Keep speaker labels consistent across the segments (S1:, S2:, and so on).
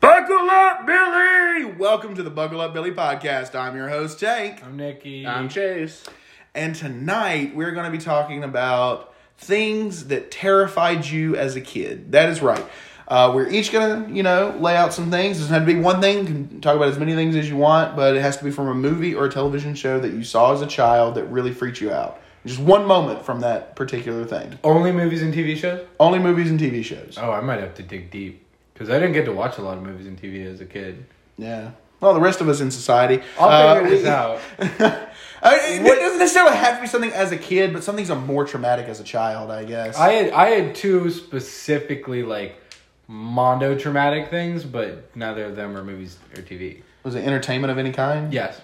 S1: Buckle Up Billy! Welcome to the Buckle Up Billy podcast. I'm your host, Jake.
S2: I'm Nikki.
S3: Chase.
S1: And tonight we're going to be talking about things that terrified you as a kid. That is right. Uh, we're each going to, you know, lay out some things. It doesn't have to be one thing. You can talk about as many things as you want, but it has to be from a movie or a television show that you saw as a child that really freaked you out. Just one moment from that particular thing.
S2: Only movies and TV shows?
S1: Only movies and TV shows.
S2: Oh, I might have to dig deep because I didn't get to watch a lot of movies and TV as a kid.
S1: Yeah. Well, the rest of us in society.
S2: I'll figure
S1: Uh,
S2: this out.
S1: I mean, it doesn't necessarily have to be something as a kid, but some things are more traumatic as a child, I guess.
S2: I had I had two specifically like mondo traumatic things, but neither of them were movies or TV.
S1: was it entertainment of any kind?
S2: Yes,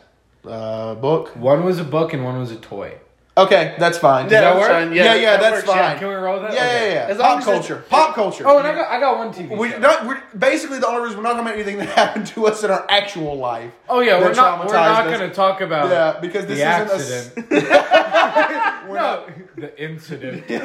S1: Uh, book.
S2: one was a book and one was a toy.
S1: Okay, that's fine.
S2: that
S3: that's
S2: work?
S3: fine.
S1: Yeah, yeah, that's
S3: works, yeah.
S1: fine.
S2: Can we roll with
S1: Yeah,
S2: that?
S1: yeah,
S2: Okay.
S1: yeah.
S3: As long
S1: Pop
S3: as it's-
S1: culture. Pop culture.
S2: Oh, and I got I got one TV.
S1: we
S2: show.
S1: not. We're, basically, the only reason we're not talking about anything that happened to us in our actual life.
S2: oh yeah,
S1: that
S2: we're not we're
S1: traumatized
S2: not
S1: us.
S2: gonna talk about
S1: Yeah, because this
S2: the
S1: isn't a s-
S2: accident. no, the incident. No,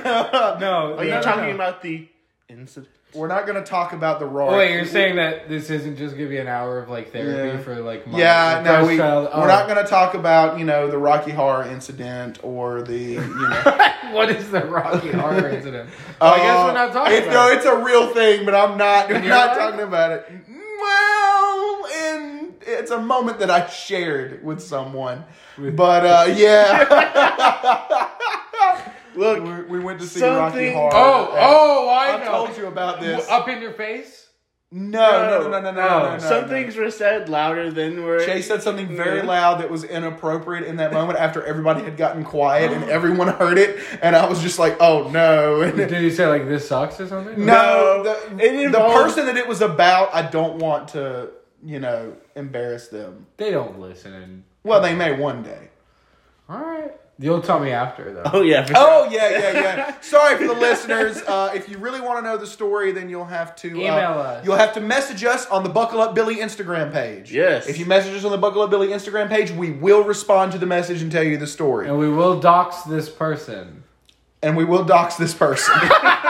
S3: Are you
S2: no, no,
S3: talking
S2: no.
S3: about the incident?
S1: We're not going to talk about the raw.
S2: Oh, wait, you're saying that this isn't just gonna be an hour of like therapy
S1: Yeah.
S2: for like my
S1: Yeah, no,
S2: depressed
S1: we,
S2: child? Oh.
S1: we're not going to talk about you know the Rocky Horror incident or the you know.
S2: gonna. Oh. what is the Rocky Horror incident? Well, I guess we're not talking
S1: Oh, Uh, It's,
S2: about.
S1: No,
S2: it.
S1: it's a real thing, but I'm not. I'm
S2: You're
S1: not
S2: not?
S1: talking about it. Well, and it's a moment that I shared with someone, but uh, yeah. Look, we, we went to see Rocky
S3: something-
S1: Horror.
S2: Oh, oh, I
S1: I
S2: know.
S1: told you about this.
S2: Up in your face.
S1: No, no, no, no, no, no,
S2: No.
S1: no, no.
S3: Some things were said louder than were.
S1: Chase said something very
S3: Yeah.
S1: loud that was inappropriate in that moment after everybody had gotten quiet and everyone heard it, and I was just like, "Oh no!" And
S2: Did you say like this sucks or something?
S1: No,
S3: No,
S1: the,
S3: it
S1: the
S3: involves-
S1: person that it was about, I don't want to, you know, embarrass them.
S2: they don't listen. And
S1: Well, they may one day.
S2: all right, you'll tell me after though.
S3: Oh yeah. For
S1: Oh yeah, yeah, yeah. Sorry for the listeners. Uh, if you really want to know the story, then you'll have to uh,
S2: Email us.
S1: You'll have to message us on the Buckle Up Billy Instagram page.
S3: Yes.
S1: If you message us on the Buckle Up Billy Instagram page, we will respond to the message and tell you the story,
S2: And we will dox this person.
S1: and we will dox this person.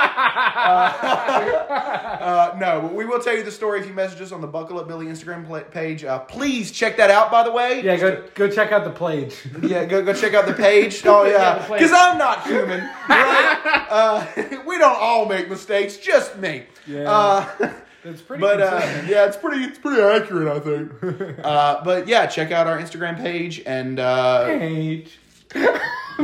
S1: Uh, no, but we will tell you the story if you message us on the Buckle Up Billy Instagram pla- page. Uh, please check that out, by the way.
S2: Yeah, go go check out the page.
S1: Yeah, go go check out the page. Oh yeah,
S2: the page.
S1: because I'm not human. Right? uh, we don't all make mistakes, just me.
S2: Yeah.
S1: Uh,
S2: It's pretty.
S1: but uh,
S2: consistent.
S1: yeah, it's pretty it's pretty accurate, I think. Uh, but yeah, check out our Instagram page and uh,
S2: Page.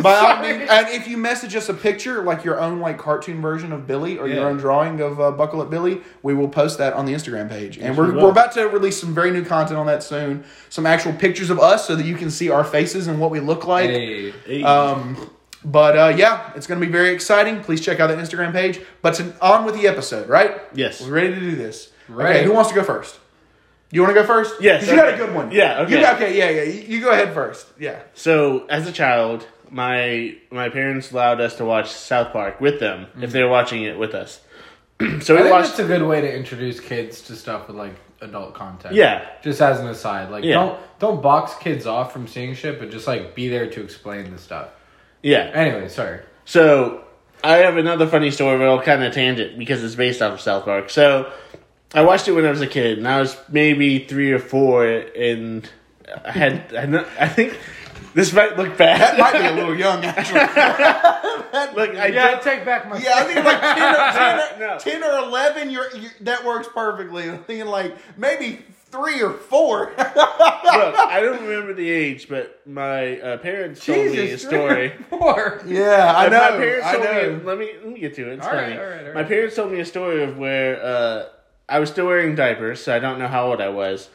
S1: by all means, and if you message us a picture like your own like cartoon version of Billy or your
S2: Yeah.
S1: own drawing of uh, Buckle Up Billy, we will post that on the Instagram page. And we're
S3: we will.
S1: we're about to release some very new content on that soon. Some actual pictures of us so that you can see our faces and what we look like.
S2: Hey.
S3: sure.
S1: Um, but uh, yeah, it's going to be very exciting. Please check out that Instagram page. But to, on with the episode, right?
S3: Yes.
S1: We're ready to do this.
S2: Right.
S1: Okay, who wants to go first? You want to go first?
S3: Yes,
S1: 'Cause You got a
S3: okay.
S1: good one.
S3: Yeah, okay.
S1: You got- okay, yeah, yeah. You, you go ahead first. Yeah.
S3: So as a child, my my parents allowed us to watch South Park with them if they were watching it with us. so
S2: I
S3: we
S2: think
S3: watched.
S2: that's a good way to introduce kids to stuff with like adult content.
S3: Yeah.
S2: Just as an aside, like
S3: Yeah.
S2: don't don't box kids off from seeing shit, but just like be there to explain the stuff.
S3: yeah.
S2: Anyway, sorry.
S3: So I have another funny story, but I'll kind of tangent because it's based off of South Park. So I watched it when I was a kid, and I was maybe three or four, and I had I, kn- I think this might look
S1: That
S3: bad.
S1: might be a little young, actually. That-
S3: Look, I
S2: Yeah, I
S3: don't-
S2: take back my.
S1: yeah, I think like 10 or, 10 or, 10 or
S3: No.
S1: 11, you're, you that works perfectly. I'm thinking like maybe three or four.
S3: look, I don't remember the age, but my uh, parents told me a
S2: Jesus,
S3: story.
S2: Four.
S1: yeah, I
S3: And
S1: know.
S3: My parents
S1: I
S3: told
S1: know.
S3: me. Let me let me get to it. It's
S2: All right,
S3: funny.
S2: all right, all
S3: My
S2: right.
S3: parents told me a story of where uh, I was still wearing diapers, so I don't know how old I was,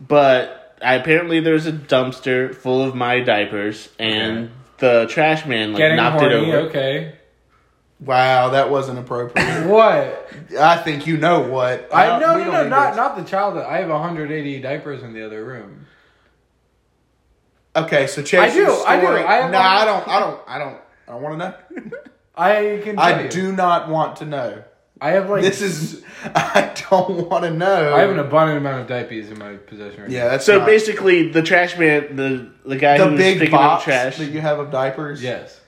S3: but I, apparently there was a dumpster full of my diapers, and the trash man like
S2: Getting
S3: knocked
S2: horny.
S3: it over.
S2: Okay.
S1: Wow, that wasn't appropriate.
S2: What?
S1: I think you know what. uh,
S2: I no
S1: we
S2: no
S1: don't
S2: no
S1: need
S2: not
S1: this.
S2: not the child. I have 180 diapers in the other room.
S1: Okay, so Chase's
S2: I do,
S1: story.
S2: I do, I have
S1: no,
S2: one-
S1: I don't. I don't. I don't. I don't want to know.
S2: I can. Tell
S1: I
S2: you.
S1: do not want to know.
S2: I have like.
S1: This is. I don't want to know.
S2: I have an abundant amount of diapers in my possession right
S1: yeah, that's
S3: So
S1: not-
S3: basically, the trash man, the the guy
S1: the
S3: who was
S1: big
S3: picking up
S1: box
S3: trash,
S1: that you have of diapers.
S2: now. Yes.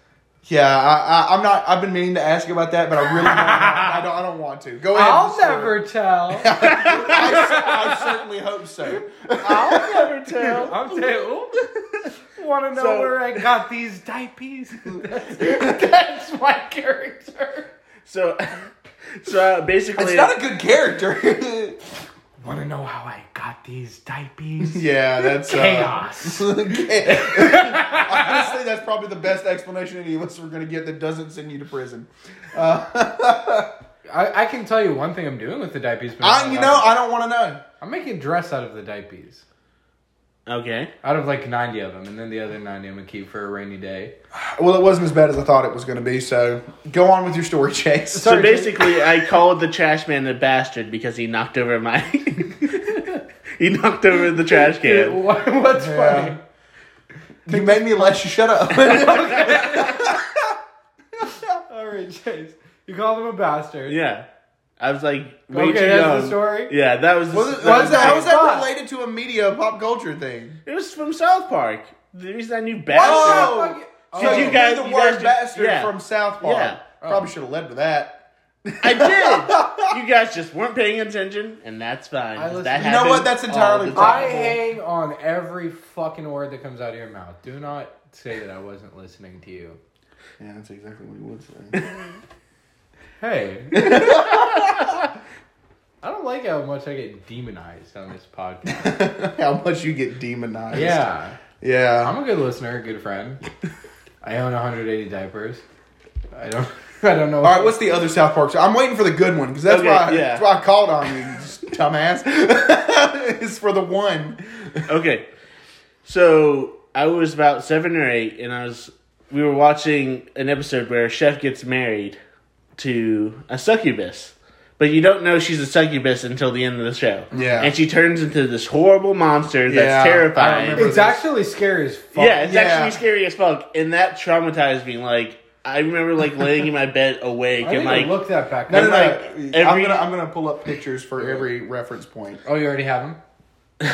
S1: Yeah, I, I, I'm not. I've been meaning to ask you about that, but I really don't. I don't. I don't want to. Go ahead.
S2: I'll
S1: and start.
S2: never tell.
S1: I, cer- I certainly hope so.
S3: I'll never tell.
S2: I'm saying, want to know
S3: So-
S2: where I got these diapies? That's, that's my character.
S3: So, so uh, basically,
S1: It's not a good character.
S2: Want to know how I got these diapies?
S1: yeah, that's uh,
S2: Chaos.
S1: Okay. Honestly, that's probably the best explanation any of us are going to get that doesn't send you to prison.
S2: I, I can tell you one thing I'm doing with the diapies. but
S1: I,
S2: I'm
S1: you
S2: not-
S1: know, I don't want to know.
S2: I'm making a dress out of the diapies.
S3: okay.
S2: Out of like 90 of them, and then the other 90 I'm gonna keep for a rainy day.
S1: Well, it wasn't as bad as I thought it was going to be. So go on with your story, Chase.
S3: So basically, I called the trash man a bastard because he knocked over my. he knocked over the trash can.
S2: What- What's
S1: Yeah.
S2: funny?
S1: you made me let you shut up.
S2: All right, Chase. You called him a bastard.
S3: Yeah. I was like, way
S2: Okay,
S3: too
S2: that's the
S3: young.
S2: story?
S3: Yeah, that was.
S1: was it,
S3: that
S1: was that, how is that
S2: Fuck.
S1: related to a media pop culture thing?
S3: it was from South Park. The reason I knew bastard.
S1: Oh,
S2: Oh,
S1: so
S2: you
S1: you
S3: guys-
S1: guys, the
S3: you
S1: word
S3: guys ju-
S1: bastard
S3: yeah.
S1: from South Park.
S3: Yeah. Oh.
S1: Probably should have led with that.
S3: I did. you guys just weren't paying attention, and that's fine.
S2: I listen-
S3: that
S1: You know what?
S3: happened.
S1: That's entirely
S3: all the
S2: I
S1: possible.
S2: hang on every fucking word that comes out of your mouth. Do not say that I wasn't listening to you.
S1: Yeah, that's exactly what he would say.
S2: Hey. I don't like how much I get demonized on this podcast.
S1: how much you get demonized.
S2: yeah.
S1: Yeah.
S2: I'm a good listener, a good friend. I own 180 diapers. I don't I don't know
S1: All right, what's the other South Park? show? I'm waiting for the good one because that's
S3: Okay,
S1: why
S3: yeah.
S1: that's why I called on you, you dumbass. it's for the one.
S3: Okay. So I was about seven or eight, and I was we were watching an episode where a chef gets married to a succubus, but you don't know she's a succubus until the end of the show.
S1: Yeah.
S3: and she turns into this horrible monster that's
S1: Yeah, I
S3: terrifying.
S1: remember
S2: It's actually scary as fuck.
S3: Yeah, it's
S1: Yeah.
S3: actually scary as fuck, and that traumatized me. Like I remember, like laying in my bed awake
S2: I
S3: and
S2: need
S3: like
S2: to look that back
S1: No, no,
S2: up.
S1: no.
S3: like,
S1: I'm
S3: every-
S1: gonna I'm gonna pull up pictures for every reference point.
S2: Oh, you already have them?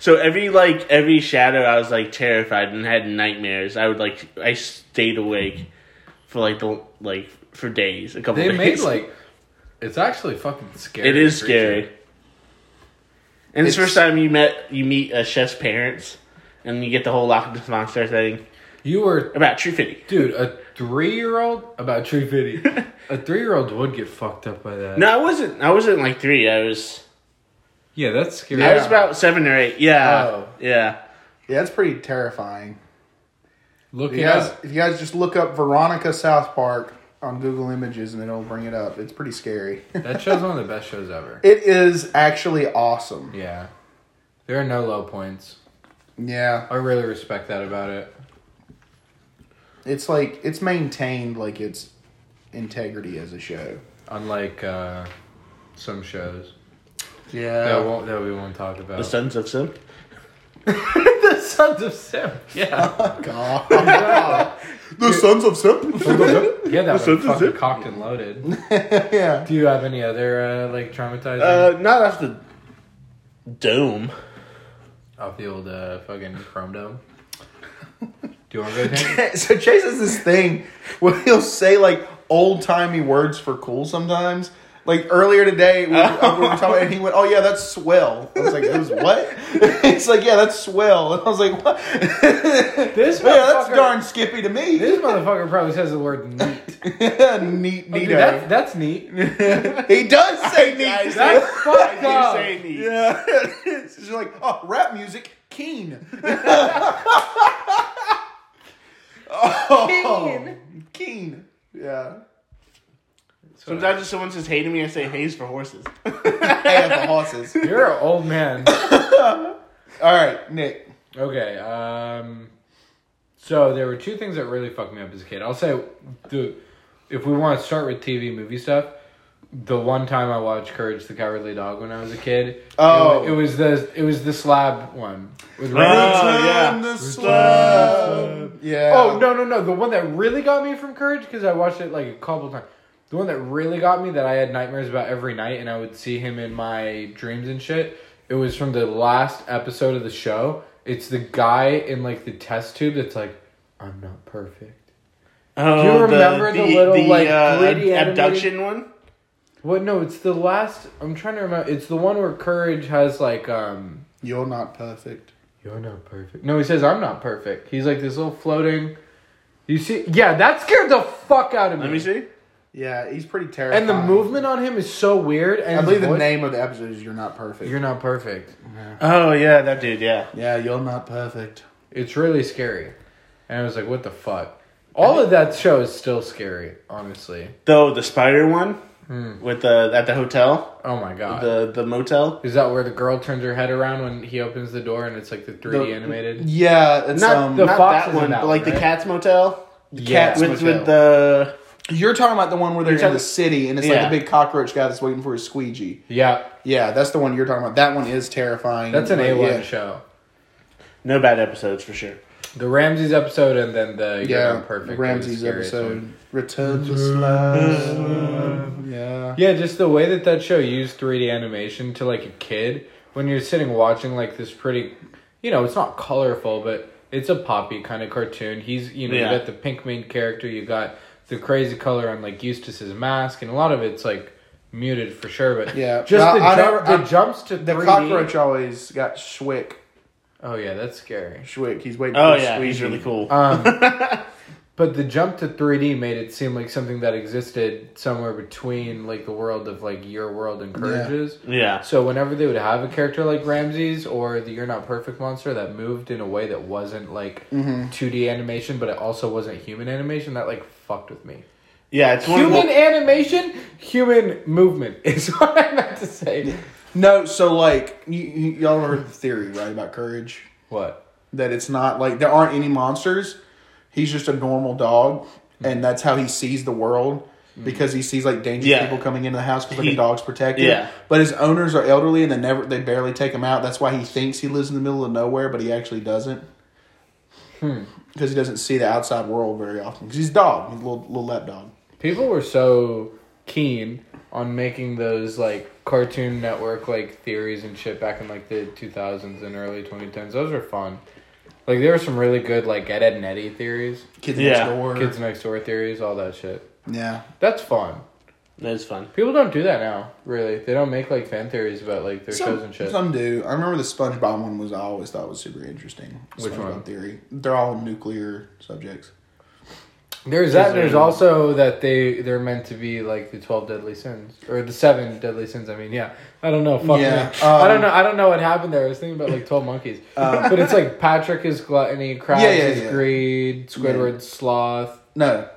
S3: So every like every shadow, I was like terrified and had nightmares. I would like I stayed awake for like the like for days, a couple.
S2: They
S3: days.
S2: made like. It's actually fucking scary.
S3: it is
S2: creature.
S3: scary. And it's, the
S1: It's-
S3: first time you met you meet a chef's parents, and you get the whole Loch Ness monster thing
S2: You were,
S3: about True Fitty.
S2: dude, a three year old about tree fitty. a three year old would get fucked up by that.
S3: No, I wasn't. I wasn't like three. I was.
S2: Yeah, that's scary.
S3: I was about seven or eight. Yeah,
S2: Oh.
S3: yeah.
S1: Yeah, that's pretty terrifying.
S2: Look
S1: If
S2: it
S1: you guys,
S2: up.
S1: if you guys just look up Veronica South Park on Google Images and it'll bring it up. It's pretty scary.
S2: That show's one of the best shows ever.
S1: it is actually awesome.
S2: Yeah, there are no low points.
S1: Yeah.
S2: I really respect that about it.
S1: It's like it's maintained like its integrity as a show.
S2: Unlike uh, some shows that
S1: Yeah.
S2: won't that we won't talk about.
S3: The Sons of Sim.
S2: The Sons of Sim. Yeah,
S1: God. the Sons of Sip.
S2: yeah, that was
S3: Sons of
S2: fucking
S3: Sim.
S2: cocked and loaded.
S1: yeah.
S2: Do you have any other uh, like traumatizing
S3: Uh, not off the dome.
S2: off the old uh, fucking Chrome Dome? Do you want to go? Tank?
S1: So Chase has this thing where he'll say like old timey words for cool sometimes. Like earlier today, we were, we were talking, and he went, "Oh yeah, that's swell." I was like, "It was what?" It's like, "Yeah, that's swell." And I was like, "What?" yeah,
S2: This
S1: that's
S2: motherfucker-
S1: darn Skippy to me.
S2: This motherfucker probably says the word neat.
S1: neat, neato.
S2: Dude, that, that's neat.
S1: he does say neat.
S2: That's fucked
S3: You
S2: up.
S3: say these.
S1: Yeah. it's just like, oh, rap music, keen. oh, keen. Yeah.
S3: Sometimes if someone says hey to me, I say hay's for horses.
S1: Hey, the horses.
S2: You're an old man.
S1: All right, Nick.
S2: Okay. Um. So there were two things that really fucked me up as a kid. I'll say the if we want to start with TV movie stuff, the one time I watched Courage the Cowardly Dog when I was a kid.
S1: Oh. Ah,
S2: it, wa- it was the it was the slab one with
S3: Oh,
S2: Randy.
S3: yeah.
S1: Return the slab. Yeah.
S2: Oh
S3: Um,
S2: no no no! The one that really got me from Courage because I watched it like a couple times. The one that really got me that I had nightmares about every night, and I would see him in my dreams and shit. It was from the last episode of the show. It's the guy in like the test tube that's like, "I'm not perfect.
S3: Oh,
S2: you remember the little, like, gritty animated-
S3: uh, abduction one?
S2: What? No, it's the last. I'm trying to remember. It's the one where Courage has like um.
S1: You're not perfect.
S2: You're not perfect. No, he says I'm not perfect. He's like this little floating. You see? Yeah, that scared the fuck out of me.
S3: Let me see.
S1: Yeah, he's pretty terrifying.
S2: And the movement on him is so weird. And
S1: I
S2: his
S1: believe the
S2: voice-
S1: name of the episode is "You're Not Perfect."
S2: You're not perfect.
S3: Oh yeah, that dude. Yeah.
S1: yeah, you're not perfect.
S2: It's really scary. And I was like, what the fuck? All of that show is still scary, honestly.
S3: Though the spider one
S2: Hmm.
S3: with the at the hotel,
S2: Oh my god.
S3: the the motel.
S2: is that where the girl turns her head around when he opens the door and it's like the 3D
S1: The-
S2: animated?
S1: Yeah, it's
S3: Not
S1: um,
S3: the
S2: not
S3: fox
S2: that
S3: one,
S2: one,
S3: but like the
S2: right?
S3: cat's motel.
S2: Yeah.
S1: Cat's
S3: with
S1: motel.
S3: with the
S1: You're talking about the one where they're in
S3: talking-
S1: the city and it's
S3: Yeah.
S1: like the big cockroach guy that's waiting for his squeegee.
S2: Yeah.
S1: Yeah, that's the one you're talking about. That one is terrifying.
S2: That's an
S1: but
S2: A1
S1: yeah.
S2: show.
S3: no bad episodes for sure.
S2: The Ramses episode and then the You're
S1: Yeah,
S2: Not Perfect. are the
S1: Ramsey's
S2: scariest one.
S1: episode. Return to Slime. Yeah.
S2: Yeah, just the way that that show used 3D animation to like a kid when you're sitting watching like this pretty, you know, it's not colorful, but it's a poppy kind of cartoon. He's, you know,
S3: Yeah.
S2: you got the pink main character, you got the crazy color on like Eustace's mask, and a lot of it's like muted for sure, but
S1: Yeah.
S2: just
S1: Well,
S2: the,
S1: I
S2: jump,
S1: never-
S2: the
S1: I-
S2: jumps to
S1: The
S2: 3D.
S1: cockroach always got Schwick.
S2: Oh yeah, that's scary.
S1: Schwick. He's waiting
S3: Oh
S1: for
S3: yeah, he's
S1: squeegee.
S3: really cool.
S2: Um, but the jump to 3D made it seem like something that existed somewhere between like the world of like your world and Courage's.
S3: yeah,
S2: So whenever they would have a character like Ramses or the You're Not Perfect monster that moved in a way that wasn't like 2D animation, but it also wasn't human animation, that like fucked with me.
S3: yeah, it's one of
S2: Human
S3: the,
S2: animation, human movement is what I meant to say.
S1: No, so like you, you, y'all heard the theory right about courage
S2: What?
S1: that it's not like there aren't any monsters. He's just a normal dog, and that's how he sees the world because he sees like dangerous
S3: Mm. Yeah.
S1: people coming into the house because like
S3: He-
S1: a dog's protected.
S3: Yeah.
S1: but his owners are elderly and they never they barely take him out. That's why he thinks he lives in the middle of nowhere, but he actually doesn't.
S3: Hmm.
S1: Because he doesn't see the outside world very often. Because he's a dog, he's a little little lap dog.
S2: People were so keen on making those like Cartoon Network like theories and shit back in like the 2000s and early 2010s. Those were fun. Like there were some really good like Ed, Ed and Eddie theories,
S1: Kids
S3: Yeah.
S1: next door.
S2: Kids Next Door theories, all that shit.
S1: Yeah,
S2: That's fun.
S3: that's fun.
S2: People don't do that now, really. They don't make like fan theories about like their shows and shit.
S1: Some do. I remember the SpongeBob one was I always thought was super interesting.
S2: Which
S1: SpongeBob
S2: one?
S1: theory? They're all nuclear subjects.
S2: There's that. There's
S3: there-
S2: also that they they're meant to be like the twelve deadly sins or the seven deadly sins. I mean, yeah. I don't know. Fuck
S1: Yeah,
S2: me. I don't
S1: um,
S2: know. I don't know what happened there. I was thinking about like twelve monkeys, but it's like Patrick is gluttony, Krabs
S1: Yeah, yeah,
S2: is
S1: yeah.
S2: greed, Squidward sloth.
S1: No,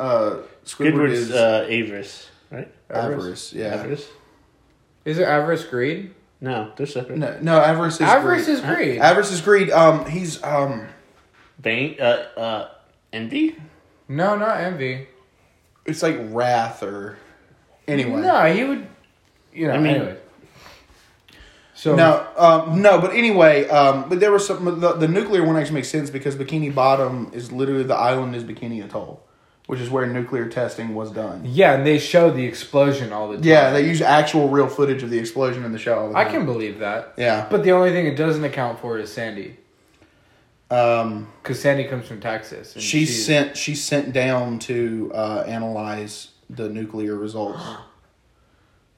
S1: uh, Squidward
S3: Squidward's
S1: is
S3: uh, Avarice, right?
S1: avarice. Yeah,
S3: Avarice?
S2: Is it avarice greed?
S3: No, they're separate.
S1: no, no, avarice is
S2: avarice
S1: greed.
S2: is greed.
S1: avarice is greed. Um, he's um,
S3: Bang, uh, uh, envy.
S2: no, not envy.
S1: it's like wrath or anyway. No,
S2: No, he would. You know.
S3: I mean-
S2: anyway. So
S1: um, no, but anyway, um, but there was some the, the nuclear one actually makes sense because Bikini Bottom is literally the island is Bikini Atoll, which is where nuclear testing was done.
S2: Yeah, and they show the explosion all the time.
S1: Yeah, they use actual real footage of the explosion in the show. all the
S2: I
S1: time.
S2: can believe that.
S1: Yeah.
S2: But the only thing it doesn't account for is Sandy,
S1: Um,
S2: because Sandy comes from Texas. and
S1: she
S2: she's-
S1: sent she sent down to uh, analyze the nuclear results.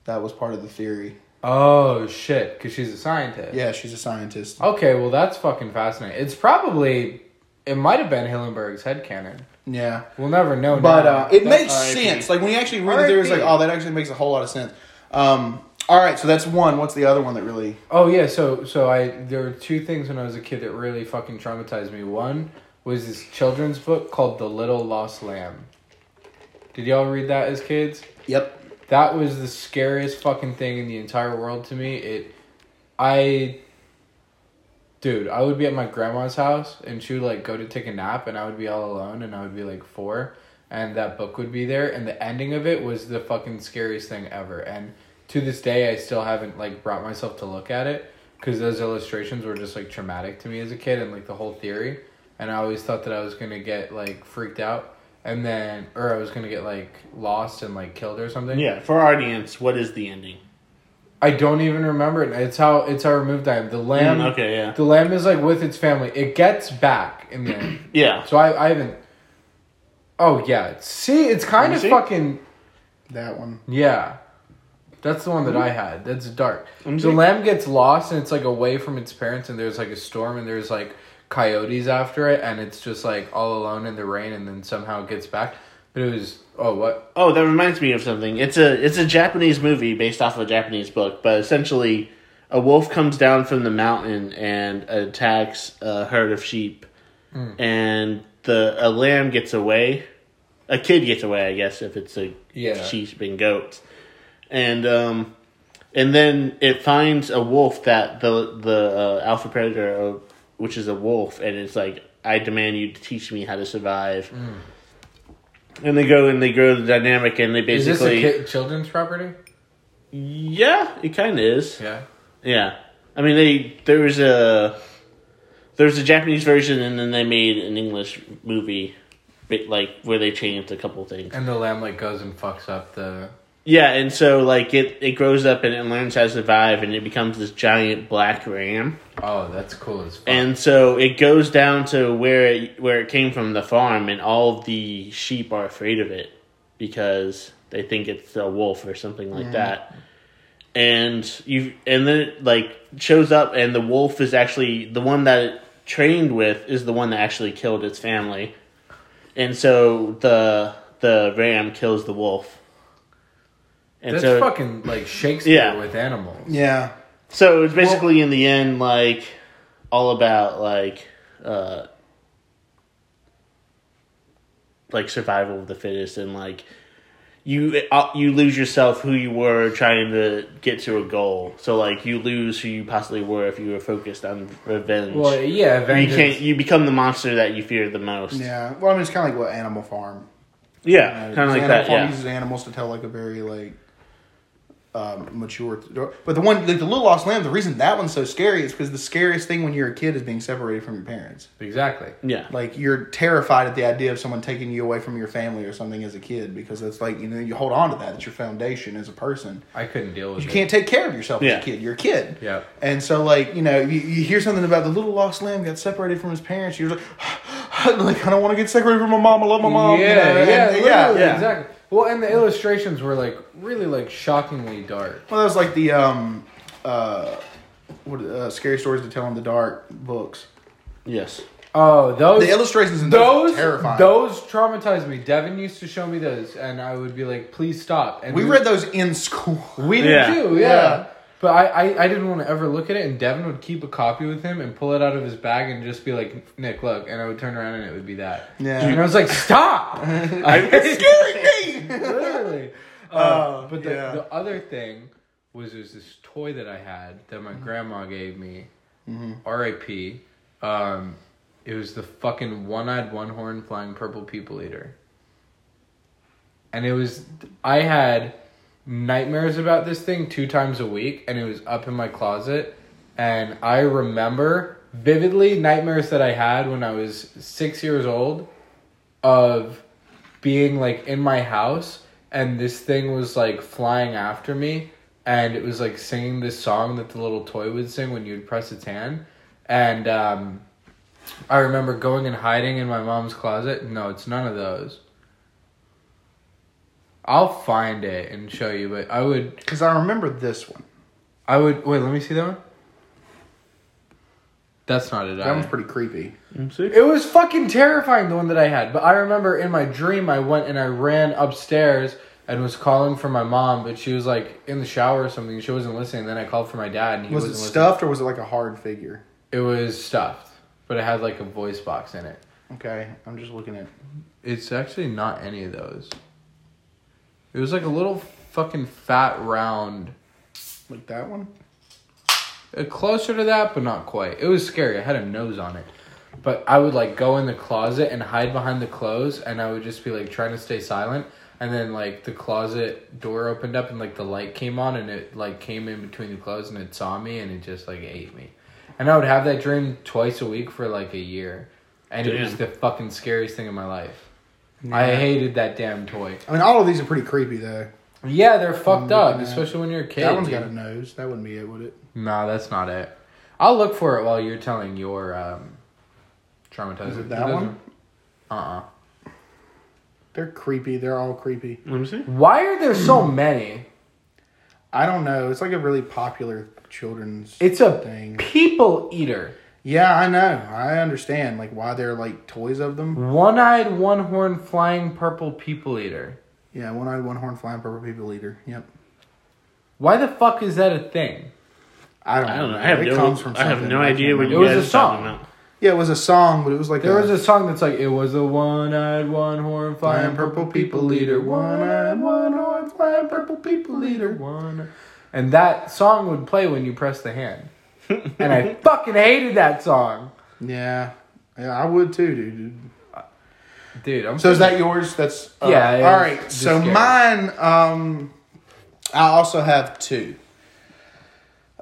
S1: that was part of the theory.
S2: Oh shit! Because she's a scientist.
S1: Yeah, she's a scientist.
S2: Okay, well that's fucking fascinating. It's probably it might have been Hillenberg's headcanon.
S1: Yeah,
S2: We'll never know.
S1: but
S2: now.
S1: uh, it
S2: That's
S1: makes
S3: R.I.P..
S1: sense. Like when you actually read the theory, it's like,
S2: R.I.P..
S1: oh, that actually makes a whole lot of sense. Um, all right, so that's one. What's the other one that really?
S2: Oh yeah, so so I there were two things when I was a kid that really fucking traumatized me. One was this children's book called The Little Lost Lamb. Did y'all read that as kids?
S1: Yep.
S2: that was the scariest fucking thing in the entire world to me. It, I, dude, I would be at my grandma's house and she would like go to take a nap and I would be all alone and I would be like four and that book would be there and the ending of it was the fucking scariest thing ever. And to this day, I still haven't like brought myself to look at it because those illustrations were just like traumatic to me as a kid and like the whole theory. And I always thought that I was gonna get like freaked out. And then, or I was gonna get like lost and like killed or something.
S3: Yeah, for our audience, what is the ending?
S2: I don't even remember it. It's how it's how removed I am. The lamb.
S3: Mm, okay, yeah.
S2: The lamb is like with its family. It gets back in there.
S3: Yeah,
S2: so I, I haven't. Oh yeah. See, it's kind
S3: You
S2: of
S3: see?
S2: fucking
S1: That one.
S2: yeah. That's the one that I had. That's dark.
S3: Mm-hmm. me
S2: The
S3: see.
S2: lamb gets lost and it's like away from its parents and there's like a storm and there's like coyotes after it and it's just like all alone in the rain and then somehow it gets back. But it was oh what?
S3: Oh, that reminds me of something. It's a it's a Japanese movie based off of a Japanese book, but essentially, a wolf comes down from the mountain and attacks a herd of sheep, and the a lamb gets away, a kid gets away, I guess, if it's a
S2: Yeah.
S3: sheep and goats, and um, and then it finds a wolf that the the uh, alpha predator, uh, which is a wolf, and it's like, I demand you to teach me how to survive.
S2: Hmm.
S3: And they go and they grow the dynamic, and they
S2: Is this a
S3: basically
S2: kid, children's property?
S3: yeah, it kind of is.
S2: Yeah.
S3: Yeah, I mean they there was a there was a Japanese version, and then they made an English movie, bit like where they changed a couple things.
S2: And the lamb like goes and fucks up the
S3: Yeah, and so like it, it grows up and it learns how to survive, and it becomes this giant black ram.
S2: Oh, that's cool as fuck.
S3: And so it goes down to where it, where it came from, the farm, and all the sheep are afraid of it because they think it's a wolf or something like that. And you and then it, like shows up, and the wolf is actually the one that it trained with is the one that actually killed its family, and so the the ram kills the wolf. And
S2: that's
S3: so
S2: fucking like Shakespeare
S3: Yeah.
S2: with animals.
S1: Yeah.
S3: so it's basically in the end like all about like uh like survival of the fittest and like you uh, you lose yourself who you were trying to get to a goal. So like you lose who you possibly were if you were focused on revenge.
S2: Well, yeah,
S3: you
S2: vengeance.
S3: can't you become the monster that you fear the most.
S1: Yeah. Well, I mean, it's kind of like what Animal Farm.
S3: Yeah, kind of like
S1: Animal
S3: that.
S1: Farm
S3: Yeah.
S1: uses animals to tell like a very like um, mature. But the one like the Little Lost Lamb. The reason that one's so scary is because the scariest thing when you're a kid is being separated from your parents.
S2: Exactly.
S3: Yeah.
S1: Like you're terrified at the idea of someone taking you away from your family or something as a kid because that's like you know you hold on to that. It's your foundation as a person.
S2: I couldn't deal with
S1: You
S2: it.
S1: can't take care of yourself
S3: Yeah.
S1: as a kid. You're a kid.
S2: Yeah.
S1: And so, like, you know, you, you hear something about the little lost lamb got separated from his parents. You're like, like, I don't want to get separated from my mom. I love my mom. you
S2: yeah,
S1: know, and-
S2: yeah,
S1: yeah,
S2: literally,
S1: yeah.
S2: exactly. Well, and the illustrations were like really like shockingly dark.
S1: Well, that was like the um, uh, what uh, scary stories to tell in the dark books.
S3: Yes.
S2: Oh, those
S1: The illustrations in those,
S2: those
S1: are terrifying.
S2: those traumatized me. Devin used to show me those, and I would be like, "Please stop." And
S1: we read those in school.
S2: We did
S3: Yeah.
S2: too, yeah.
S1: Yeah.
S2: But I, I, I didn't want to ever look at it, and Devin would keep a copy with him and pull it out of his bag and just be like, "Nick, look," and I would turn around and it would be that.
S1: Yeah.
S2: And I was like, "Stop!"
S1: Scary me.
S2: literally. Uh,
S1: Oh,
S2: but the,
S1: yeah.
S2: the other thing was there's this toy that I had that my grandma gave me.
S1: Mm-hmm.
S2: R.I.P. Um, it was the fucking one-eyed, one-horned, flying purple people eater. And it was I had nightmares about this thing two times a week, and it was up in my closet. And I remember vividly nightmares that I had when I was six years old of being like in my house and this thing was like flying after me and it was like singing this song that the little toy would sing when you'd press its hand and um i remember going and hiding in my mom's closet no it's none of those i'll find it and show you but i would
S1: Because I remember this one.
S2: i would wait let me see that one that's not it
S1: That
S2: either.
S1: one's pretty creepy.
S2: It was fucking terrifying the one that I had. But I remember in my dream I went and I ran upstairs and was calling for my mom, but she was like in the shower or something. She wasn't listening. Then I called for my dad and he
S1: Was it
S2: wasn't listening.
S1: stuffed or was it like a hard figure?
S2: It was stuffed, but it had like a voice box in it.
S1: Okay, I'm just looking at.
S2: It's actually not any of those. It was like a little fucking fat round.
S1: Like that one?
S2: Uh, Closer to that, but not quite. It was scary. I had a nose on it. But I would like go in the closet and hide behind the clothes, and I would just be like trying to stay silent. And then like the closet door opened up, and like the light came on, and it like came in between the clothes, and it saw me, and it just like ate me. And I would have that dream twice a week for like a year, and it was the fucking scariest thing in my life. I hated that damn toy.
S1: I mean, all of these are pretty creepy, though.
S2: Yeah, they're fucked up,
S1: looking at-
S2: especially when you're a kid.
S1: That one's
S2: dude.
S1: got a nose. That wouldn't be it, would it?
S2: No, that's not it. I'll look for it while you're telling your um, traumatized.
S1: Is it that one?
S2: Uh uh
S1: They're creepy. They're all creepy.
S3: Let me see.
S2: Why are there so many?
S1: I don't know. It's like a really popular children's.
S2: It's a
S1: Thing.
S2: people eater.
S1: yeah, I know. I understand like why they're like toys of them.
S2: One eyed, one horned, flying purple people eater.
S1: Yeah, one eyed, one horn, flying purple people eater. Yep.
S2: Why the fuck is that a thing?
S1: I don't.
S3: I don't know. I have
S1: it
S3: no.
S1: comes from
S3: I have
S1: something.
S3: no
S1: I can't
S3: idea what
S1: remember.
S2: It
S3: you
S2: was
S3: guys
S2: a
S3: are talking
S2: song.
S3: about.
S1: Yeah, it was a song, but it was like
S2: There
S1: a,
S2: was a song that's like, it was a one eyed, one horned, flying purple people eater. One eyed, one horned, flying purple people eater. One. And that song would play when you press the hand. and I fucking hated that song.
S1: Yeah. Yeah, I would too, dude.
S2: Dude, I'm
S1: So is that yours? That's uh,
S2: Yeah, it
S1: all
S2: was
S1: right.
S2: just
S1: So
S2: scary.
S1: mine, um, I also have two.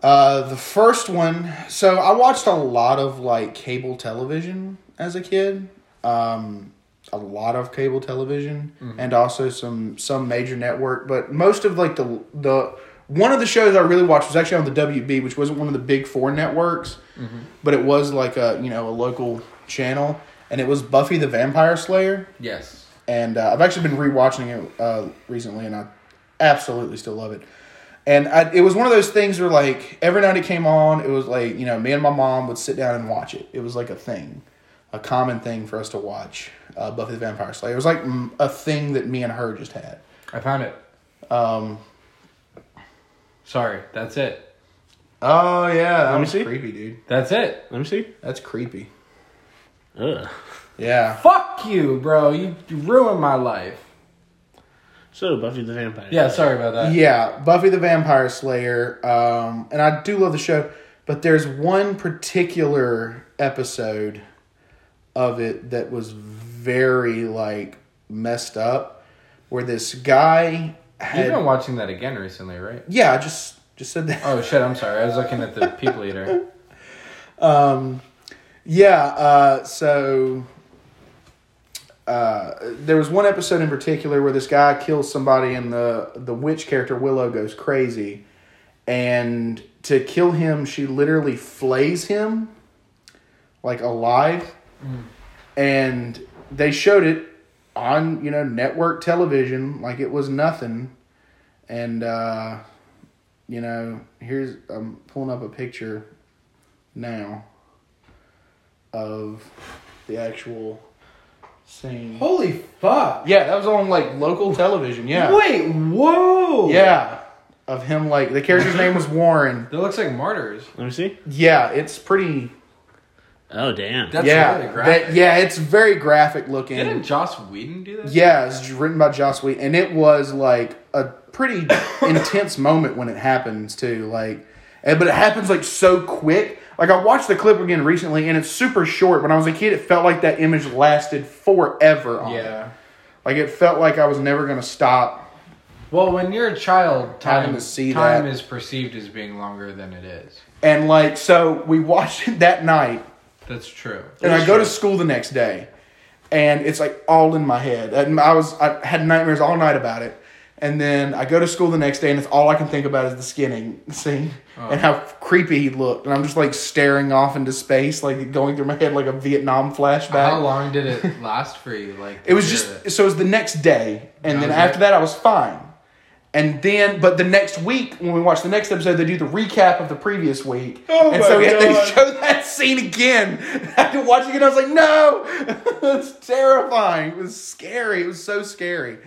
S1: Uh, the first one. So I watched a lot of like cable television as a kid. Um, a lot of cable television,
S2: Mm-hmm.
S1: and also some some major network, but most of like the the one of the shows I really watched was actually on the WB, which wasn't one of the big four networks,
S2: Mm-hmm.
S1: but it was like a you know a local channel, and it was Buffy the Vampire Slayer
S2: Yes.
S1: and uh, I've actually been rewatching it uh, recently, and I absolutely still love it. And I, it was one of those things where, like, every night it came on, it was like you know, me and my mom would sit down and watch it. It was like a thing, a common thing for us to watch uh, Buffy the Vampire Slayer. It was like mm, a thing that me and her just had.
S2: I found it.
S1: Um,
S2: Sorry, that's it.
S1: oh yeah, that
S3: me
S1: was
S3: see.
S1: creepy, dude.
S2: That's it.
S3: Let me see.
S1: That's creepy.
S3: Ugh.
S1: Yeah.
S2: Fuck you, bro. You you ruined my life.
S3: So Buffy the Vampire.
S2: Yeah, sorry about that.
S1: Yeah, Buffy the Vampire Slayer. Um, and I do love the show, but there's one particular episode of it that was very like messed up, where this guy
S2: You've
S1: had.
S2: been watching that again recently, right?
S1: yeah, I just just said that.
S2: Oh shit, I'm sorry. I was looking at the people eater.
S1: Um, yeah, uh, so uh, there was one episode in particular where this guy kills somebody, and the the witch character Willow goes crazy, and to kill him, she literally flays him, like alive, and they showed it on you know network television like it was nothing, and uh, you know here's I'm pulling up a picture now of the actual scene.
S2: Holy fuck.
S1: Yeah, that was on like local television. Yeah,
S2: Wait, whoa.
S1: yeah, of him like the character's name was Warren.
S2: That looks like martyrs.
S3: Let me see.
S1: Yeah, it's pretty.
S3: Oh damn.
S2: That's
S1: yeah,
S2: really graphic.
S1: that- yeah, it's very graphic looking.
S2: Didn't Joss Whedon do that?
S1: Yeah, it's written by Joss Whedon, and it was like a pretty intense moment when it happens too. Like, and, but it happens like so quick. Like I watched the clip again recently, and it's super short. When I was a kid, it felt like that image lasted forever. On it.
S2: Yeah.
S1: like it felt like I was never gonna stop.
S2: Well, when you're a child,
S1: Having
S2: time
S1: to see
S2: time
S1: that.
S2: is perceived as being longer than it is.
S1: And like, so we watched it that night,
S2: That's true.
S1: and I go to school the next day, and it's like all in my head. And I was I had nightmares all night about it. And then I go to school the next day, and it's all I can think about is the skinning scene
S2: Oh.
S1: and how creepy he looked. And I'm just like staring off into space, like going through my head like a Vietnam flashback.
S2: How long did it last for you? Like
S1: It was
S2: the-
S1: just so it was the next day, and then
S2: Okay.
S1: after that I was fine. And then, but the next week when we watch the next episode, they do the recap of the previous week,
S3: Oh
S1: and
S3: my
S1: so we had- they
S3: God.
S1: show that scene again. After watching it, I was like, "No, it's terrifying. It was scary. It was so scary."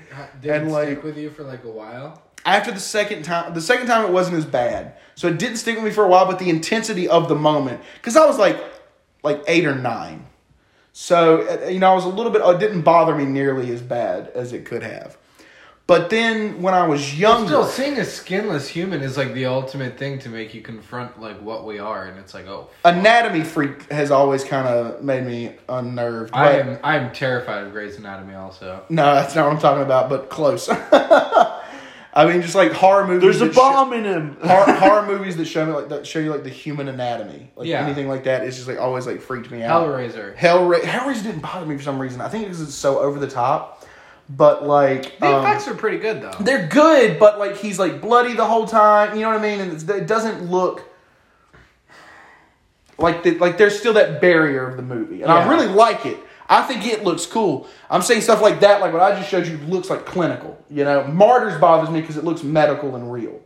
S2: did
S1: and
S2: it
S1: like
S2: stick with you for like a while.
S1: after the second time, the second time it wasn't as bad, so it didn't stick with me for a while. But the intensity of the moment, because I was like, like eight or nine, so uh, you know I was a little bit. It didn't bother me nearly as bad as it could have. But then when I was younger,
S2: Still, seeing a skinless human is like the ultimate thing to make you confront like what we are, and it's like, oh,
S1: anatomy freak has always kind of made me unnerved.
S2: I
S1: but-
S2: am I am terrified of Grey's Anatomy. Also,
S1: No, that's not what I'm talking about, but close. I mean, just like horror movies.
S3: There's a
S1: that sho-
S3: bomb in him.
S1: horror, horror movies that show me like that show you like the human anatomy, like
S2: Yeah.
S1: anything like that. It's just like always like freaked me out.
S2: Hellraiser.
S1: Hellra- Hellraiser didn't bother me for some reason. I think because it's so over the top. But like,
S2: The
S1: um,
S2: effects are pretty good though.
S1: they're good. But like, he's like bloody the whole time. You know what I mean? And it's, it doesn't look like the, like there's still that barrier of the movie, and I
S2: Yeah.
S1: really like it. I think it looks cool. I'm saying stuff like that, like what I just showed you, looks like clinical. You know, Martyrs bothers me because it looks medical and real.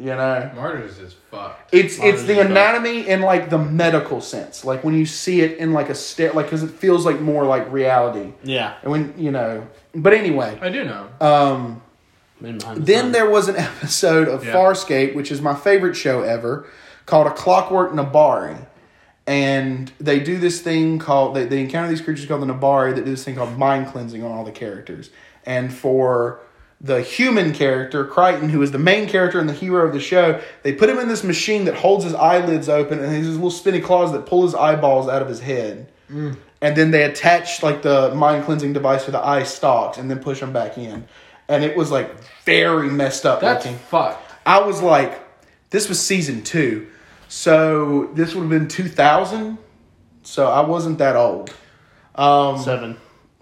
S1: You know,
S2: Martyrs is fucked.
S1: it's it's
S3: Martyrs
S1: the
S3: is dope.
S1: anatomy in like the medical sense, like when you see it in like a sta like because it feels like more like reality.
S3: Yeah.
S1: And when you know, but anyway,
S2: I do know.
S1: um,
S3: Then
S1: then there was an episode of
S2: Yeah.
S1: Farscape, which is my favorite show ever, called A Clockwork Nabari. And they do this thing called, they, they encounter these creatures called the Nabari that do this thing called mind cleansing on all the characters. And for the human character, Crichton, who is the main character and the hero of the show, they put him in this machine that holds his eyelids open and has these little spinny claws that pull his eyeballs out of his head. And then they attach like the mind cleansing device to the eye stalks and then push them back in. And it was like very messed up
S2: That's
S1: looking.
S2: fucked.
S1: I was like, this was season two. So this would have been 2000. So I wasn't that old. Um,
S3: seven.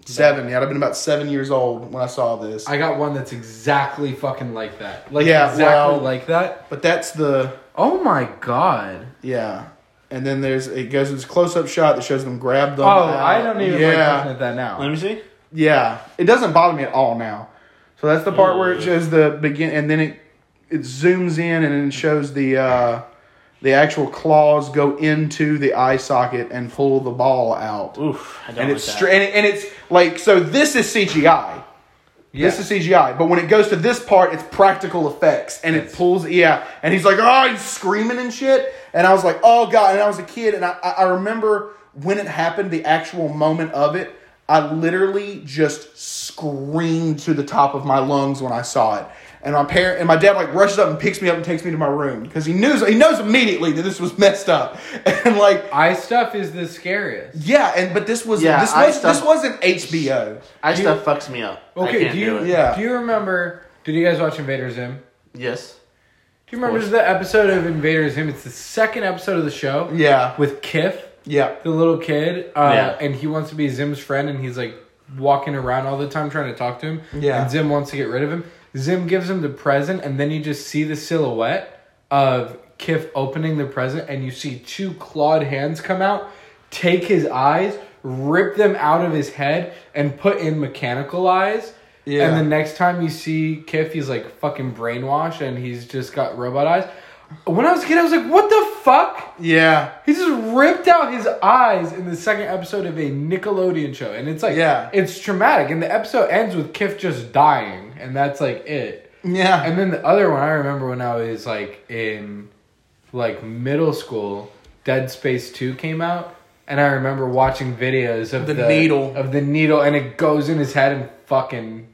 S1: seven. Yeah, I'd have been about seven years old when I saw this.
S2: I got one that's exactly fucking like that. Like
S1: Yeah,
S2: exactly
S1: well-
S2: like that.
S1: but that's the,
S2: Oh my god.
S1: yeah. And then there's, it goes to this close up shot that shows them grab them.
S2: Oh, I don't even like
S1: Yeah.
S2: looking at that now.
S3: Let me see.
S1: Yeah, it doesn't bother me at all now. So that's the part where it shows the begin, and then it it zooms in and then it shows the uh, the actual claws go into the eye socket and pull the ball out,
S3: Oof. I don't
S1: and
S3: like
S1: it's
S3: that.
S1: straight and, it- and it's like so. This is CGI.
S2: Yeah.
S1: This is CGI, but when it goes to this part, it's practical effects, and it
S2: Yes.
S1: pulls. Yeah, and he's like, oh, he's screaming and shit, and I was like, oh god, and I was a kid, and I I I remember when it happened, the actual moment of it. I literally just screamed to the top of my lungs when I saw it, and my parent and my dad like rushes up and picks me up and takes me to my room because he knows he knows immediately that this was messed up, and like
S2: Eye stuff is the scariest.
S1: yeah, and but this was
S3: Yeah,
S1: this
S3: I
S1: was this
S3: stuff-
S1: wasn't HBO.
S3: I stuff fucks me up. I
S2: Okay,
S3: can't
S2: do
S3: do,
S2: you
S3: it.
S1: yeah.
S2: do you remember did you guys watch Invader Zim?
S3: Yes.
S2: Do you remember
S3: course.
S2: the episode of Invader Zim? It's the second episode of the show.
S1: Yeah,
S2: With Kif.
S1: yeah,
S2: the little kid, uh,
S3: Yeah.
S2: and he wants to be Zim's friend, and he's like walking around all the time trying to talk to him.
S1: Yeah.
S2: And Zim wants to get rid of him. Zim gives him the present, and then you just see the silhouette of Kif opening the present, and you see two clawed hands come out, take his eyes, rip them out of his head, and put in mechanical eyes.
S1: Yeah.
S2: And the next time you see Kif, he's like fucking brainwashed, and he's just got robot eyes. When I was a kid, I was like, "What the fuck?"
S1: yeah.
S2: He just ripped out his eyes in the second episode of a Nickelodeon show, and it's like,
S1: Yeah.
S2: it's traumatic. And the episode ends with Kif just dying, and that's like it.
S1: Yeah.
S2: And then the other one I remember when I was like in like middle school, Dead Space Two came out, and I remember watching videos of
S1: The needle.
S2: of the needle, and it goes in his head and fucking,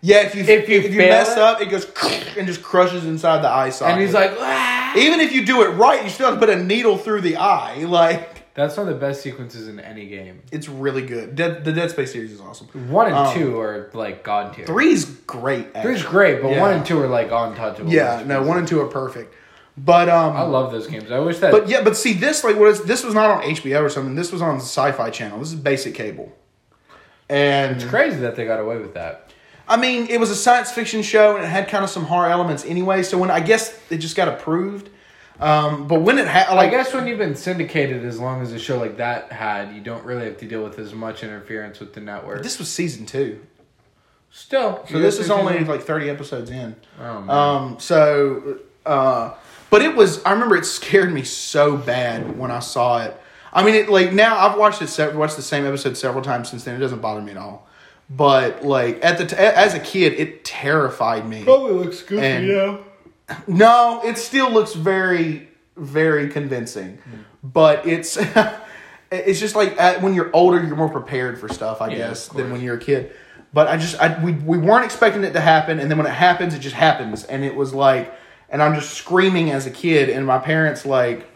S1: yeah, if you if
S2: If
S1: you,
S2: you fail
S1: mess
S2: it-
S1: up, it goes and just crushes inside the eye socket.
S2: and he's like, "Ah!"
S1: even if you do it right, you still have to put a needle through the eye. Like
S2: that's one of the best sequences in any game.
S1: it's really good. Dead, the Dead Space series is awesome.
S2: One and
S1: Um,
S2: two are like god tier.
S1: Three's great. Actually.
S2: Three's great, but
S1: Yeah.
S2: one and two are like untouchable.
S1: Yeah, no, one and two are perfect. But um,
S2: I love those games. I wish that.
S1: but yeah, but see this like was this was not on HBO or something. This was on Sci-Fi Channel. This is basic cable. And
S2: it's crazy that they got away with that.
S1: I mean, it was a science fiction show and it had kind of some horror elements anyway. So when I guess it just got approved. Um, but when it had
S2: I
S1: like
S2: guess when you've been syndicated as long as a show like that had, you don't really have to deal with as much interference with the network.
S1: this was season two.
S2: Still,
S1: So this is only like 30 episodes in.
S2: Oh, man.
S1: Um, so, uh, but it was, I remember it scared me so bad when I saw it. I mean, it like now I've watched it, se- watched the same episode several times since then. It doesn't bother me at all. But like at the, t- as a kid, it terrified me.
S2: probably Oh, looks goofy
S1: And-
S2: now.
S1: No, it still looks very, very convincing. But it's, it's just like at, when you're older, you're more prepared for stuff, I
S2: Yeah,
S1: guess,
S2: of
S1: than
S2: course.
S1: when you're a kid. But I just, I, we, we weren't expecting it to happen. And then when it happens, it just happens. And it was like, and I'm just screaming as a kid. And my parents, like,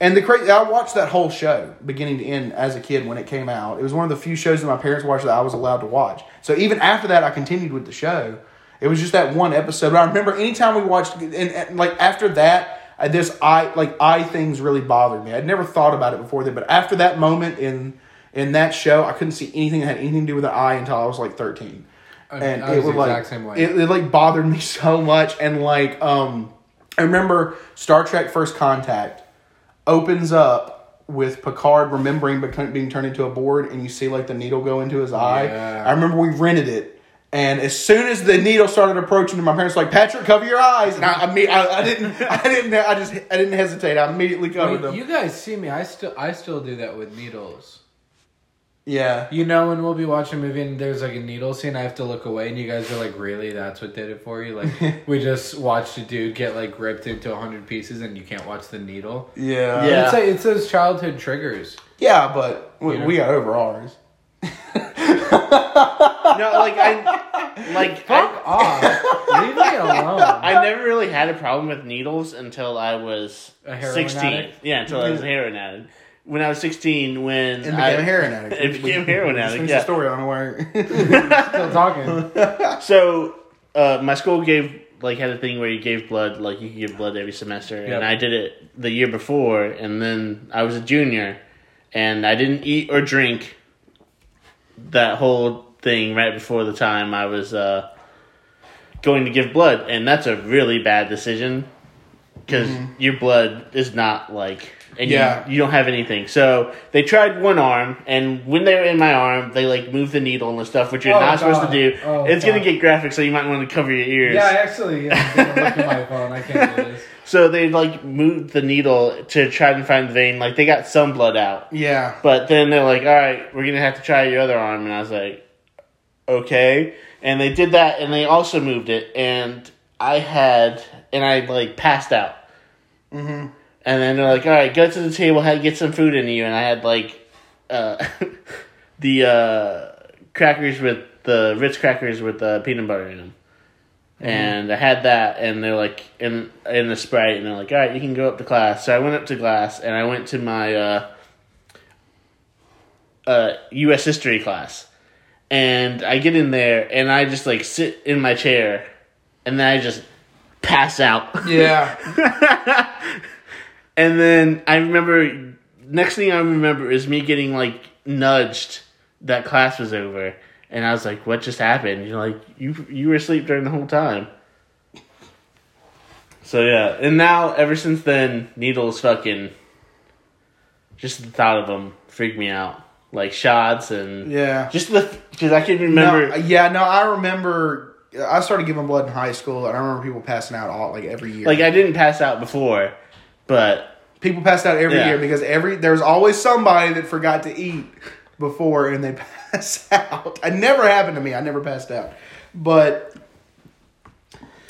S1: and the crazy, I watched that whole show beginning to end as a kid when it came out. It was one of the few shows that my parents watched that I was allowed to watch. So even after that, I continued with the show. It was just that one episode. But I remember anytime we watched, and, and like after that, I, this eye, like eye things really bothered me. I'd never thought about it before then, but after that moment in in that show, I couldn't see anything that had anything to do with an eye until I was like thirteen,
S2: I-
S1: and
S2: I was
S1: it was
S2: the
S1: like
S2: exact same way.
S1: it, it like bothered me so much. And like, um, I remember Star Trek: First Contact opens up with Picard remembering become, being turned into a board, and you see like the needle go into his eye.
S2: Yeah.
S1: I remember we rented it, and as soon as the needle started approaching, my parents were like Patrick, cover your eyes, and I, I mean, I, I didn't, I didn't, I just, I didn't hesitate. I immediately covered them.
S2: You guys see me? I still I still do that with needles.
S1: yeah,
S2: You know, when we'll be watching a movie and there's like a needle scene, I have to look away, and you guys are like, "Really? That's what did it for you?" Like, we just watched a dude get like ripped into hundred pieces, and you can't watch the needle.
S1: yeah,
S3: Yeah.
S1: yeah,
S2: It's like it's those childhood triggers.
S1: but we,
S2: You know?
S1: we got over ours.
S3: No, like I, like I,
S2: Off. Leave me alone.
S3: I never really had a problem with needles until I was
S2: A heroin
S3: sixteen.
S2: addict?
S3: Yeah, until I was a heroin addict. When I was sixteen, when
S1: And became
S3: I,
S1: a heroin addict.
S3: and became a heroin
S1: Just
S3: addict,
S1: finish
S3: yeah.
S1: the story on where.
S2: Still talking.
S3: So, uh, my school gave like had a thing where you gave blood, like you could give blood every semester,
S2: Yep.
S3: and I did it the year before, and then I was a junior, and I didn't eat or drink that whole thing right before the time I was uh, going to give blood, and that's a really bad decision because
S2: Mm-hmm.
S3: your blood is not like. And
S1: Yeah.
S3: you, you don't have anything. So they tried one arm, and when they were in my arm, they like moved the needle and the stuff, which you're
S2: Oh,
S3: not supposed
S2: God.
S3: to do.
S2: Oh,
S3: it's
S2: God.
S3: gonna get graphic, so you might want to cover your ears.
S2: Yeah, I actually. Yeah, I'm gonna look at my phone. I can't do this.
S3: So they like moved the needle to try and find the vein. Like they got some blood out,
S1: yeah,
S3: but then they're like, "All right, we're gonna have to try your other arm." And I was like, "Okay." And they did that, and they also moved it, and I had, and I like passed out.
S1: Mhm.
S3: And then they're like, "All right, go to the table, have, get some food in you." And I had like, uh, the uh, crackers with the Ritz crackers with uh, peanut butter in them. And I had that, and they're like, in in the sprite, and they're like, all right, you can go up to class. So I went up to class, and I went to my uh, uh, U.S. history class, and I get in there, and I just like sit in my chair, and then I just pass out.
S1: yeah.
S3: And then I remember next thing I remember is me getting like nudged that class was over, and I was like, "What just happened?" You're like, "You you were asleep during the whole time." So yeah, and now ever since then, needles fucking just the thought of them freaked me out, like shots and
S1: Yeah.
S3: just the because I can remember.
S1: No, yeah, no, I remember. I started giving blood in high school, and I remember people passing out all like every year.
S3: like I didn't pass out before, but
S1: people passed out every
S3: Yeah.
S1: year because every there was always somebody that forgot to eat before, and they pass out. It never happened to me. I never passed out, but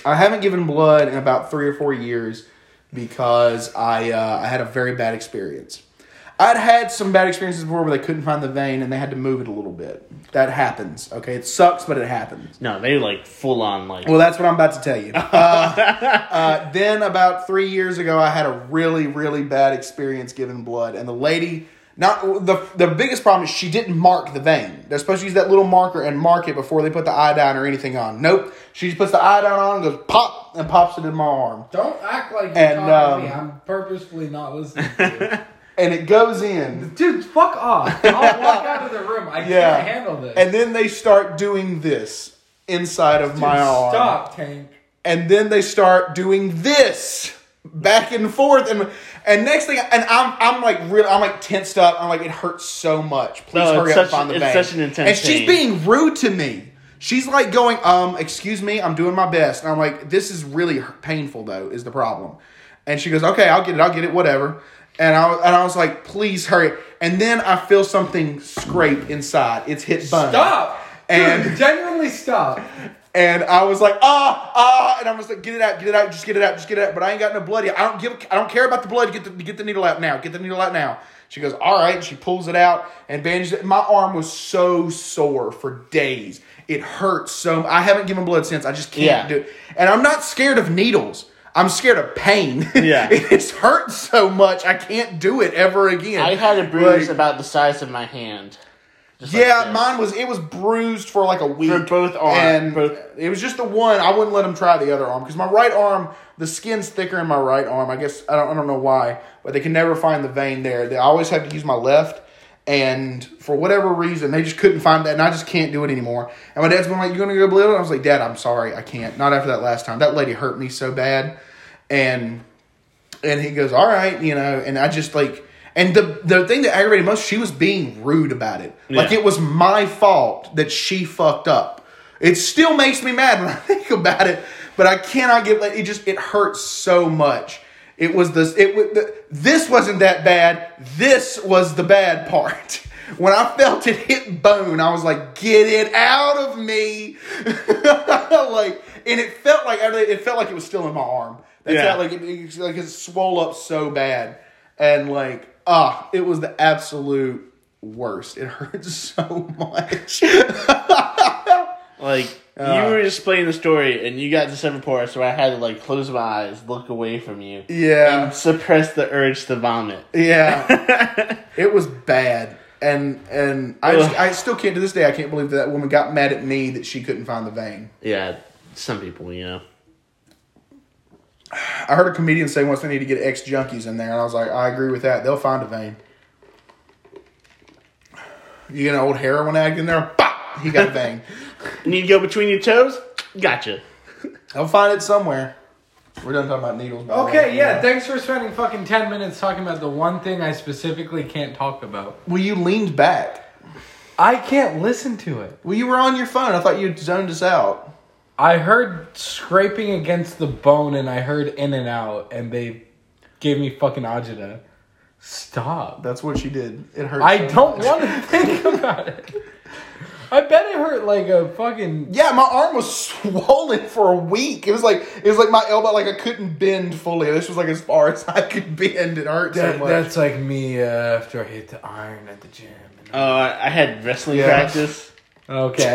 S1: I haven't given blood in about three or four years because I uh, I had a very bad experience. I'd had some bad experiences before where they couldn't find the vein and they had to move it a little bit. That happens. Okay, it sucks, but it happens.
S3: no, they like full on like
S1: Well, that's what I'm about to tell you. Uh, uh, then, about three years ago, I had a really, really bad experience giving blood, and the lady. Not the the biggest problem is she didn't mark the vein. They're supposed to use that little marker and mark it before they put the iodine or anything on. Nope, she just puts the iodine on and goes pop and pops it in my arm,
S2: Don't act like you're
S1: And,
S2: talking to me.
S1: um,
S2: I'm purposefully not listening to
S1: and it goes in.
S2: you. Dude, fuck off. I'll walk out of the room. I
S1: Yeah.
S2: can't handle this.
S1: And then they start doing this inside of my arm.
S2: Stop, Tank.
S1: and then they start doing this back and forth and and next thing and I'm I'm like real I'm like tensed up I'm like it hurts so much please
S3: No,
S1: hurry
S3: it's
S1: up and
S3: such-
S1: find the
S3: it's
S1: vein
S3: such an intense
S1: and she's
S3: pain.
S1: being rude to me she's like going um excuse me I'm doing my best and I'm like this is really painful though is the problem and she goes okay I'll get it I'll get it whatever and I and I was like please hurry and then I feel something scrape inside it's hit bone
S2: Stop.
S1: And-
S2: Dude, genuinely stop.
S1: and I was like, ah, ah, and I was like, get it out, get it out, just get it out, just get it out. But I ain't got no blood yet. I don't give, I don't care about the blood. Get the, get the needle out now. Get the needle out now. She goes, all right. She pulls it out and bandages it. My arm was so sore for days. It hurts so. I haven't given blood since. I just can't
S3: Yeah.
S1: do it. And I'm not scared of needles. I'm scared of pain.
S3: Yeah.
S1: it's hurt so much. I can't do it ever again.
S3: I had a bruise
S1: Like,
S3: about the size of my hand. Just like
S1: yeah,
S3: this.
S1: mine was it was bruised for like a week.
S3: For both arms,
S1: and
S3: both-
S1: it was just the one. I wouldn't let him try the other arm because my right arm, the skin's thicker in my right arm. I guess I don't, I don't know why, but they can never find the vein there. They always have to use my left, and for whatever reason, they just couldn't find that, and I just can't do it anymore. And my dad's been like, "You gonna go blue?" And I was like, "Dad, I'm sorry, I can't. Not after that last time. That lady hurt me so bad." And and he goes, "All right," you know, and I just like And the the thing that aggravated most, she was being rude about it. Like
S3: Yeah.
S1: it was my fault that she fucked up. It still makes me mad when I think about it, but I cannot get it. Just it hurts so much. It was this. It wa- the, this wasn't that bad. This was the bad part. When I felt it hit bone, I was like, "Get it out of me!" like, and it felt like it felt like it was still in my arm. That's
S3: Yeah.
S1: how, like it, it's like it swole up so bad, and like ah, it was the absolute worst. It hurts so much.
S3: Like
S1: Uh,
S3: you were just playing the story, and you got to several parts where I had to like close my eyes, look away from you,
S1: yeah,
S3: and suppress the urge to vomit.
S1: yeah, it was bad, and and I just, I still can't to this day. I can't believe that, that woman got mad at me that she couldn't find the vein.
S3: Yeah, some people, you know.
S1: I heard a comedian say once they need to get ex junkies in there, and I was like, I agree with that. They'll find a vein. You get an old heroin addict in there, pop, he got a vein.
S3: Need to go between your toes? Gotcha.
S1: They'll find it somewhere. We're done talking about needles. By the
S2: Okay,
S1: way.
S2: yeah, thanks for spending fucking 10 minutes talking about the one thing I specifically can't talk about.
S1: Well, you leaned back.
S2: I can't listen to it.
S1: Well, you were on your phone. I thought you zoned us out.
S2: I heard scraping against the bone and I heard in and out and they gave me fucking agita. Stop.
S1: That's what she did. It hurt.
S2: I
S1: so
S2: don't
S1: much.
S2: want to think about it. I bet it hurt like a fucking
S1: Yeah, my arm was swollen for a week. It was like it was like my elbow, like I couldn't bend fully. This was like as far as I could bend. It hurt so
S2: That-
S1: much.
S2: that's like me uh, after I hit the iron at the gym.
S3: Uh, I had wrestling
S1: Yeah.
S3: practice.
S2: Okay.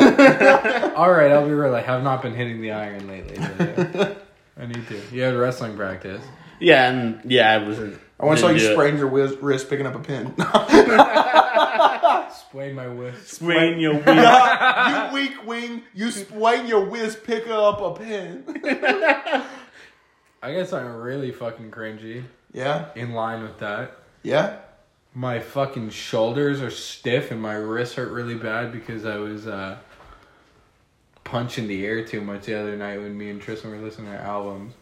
S2: All right, I'll be real. I have not been hitting the iron lately. but, uh, I need to. You had wrestling practice.
S3: Yeah, and yeah, I wasn't.
S1: I once saw
S3: didn't
S1: you
S3: do it.
S1: sprain your whiz- wrist picking up a pin.
S2: Explain my whisk.
S3: Sprain your wheel.
S1: you weak wing. You sprain your whiz. Pick up a pin.
S2: I got something really fucking cringy
S1: yeah,
S2: in line with that.
S1: yeah.
S2: My fucking shoulders are stiff and my wrists hurt really bad because I was uh, punching the air too much the other night when me and Tristan were listening to albums.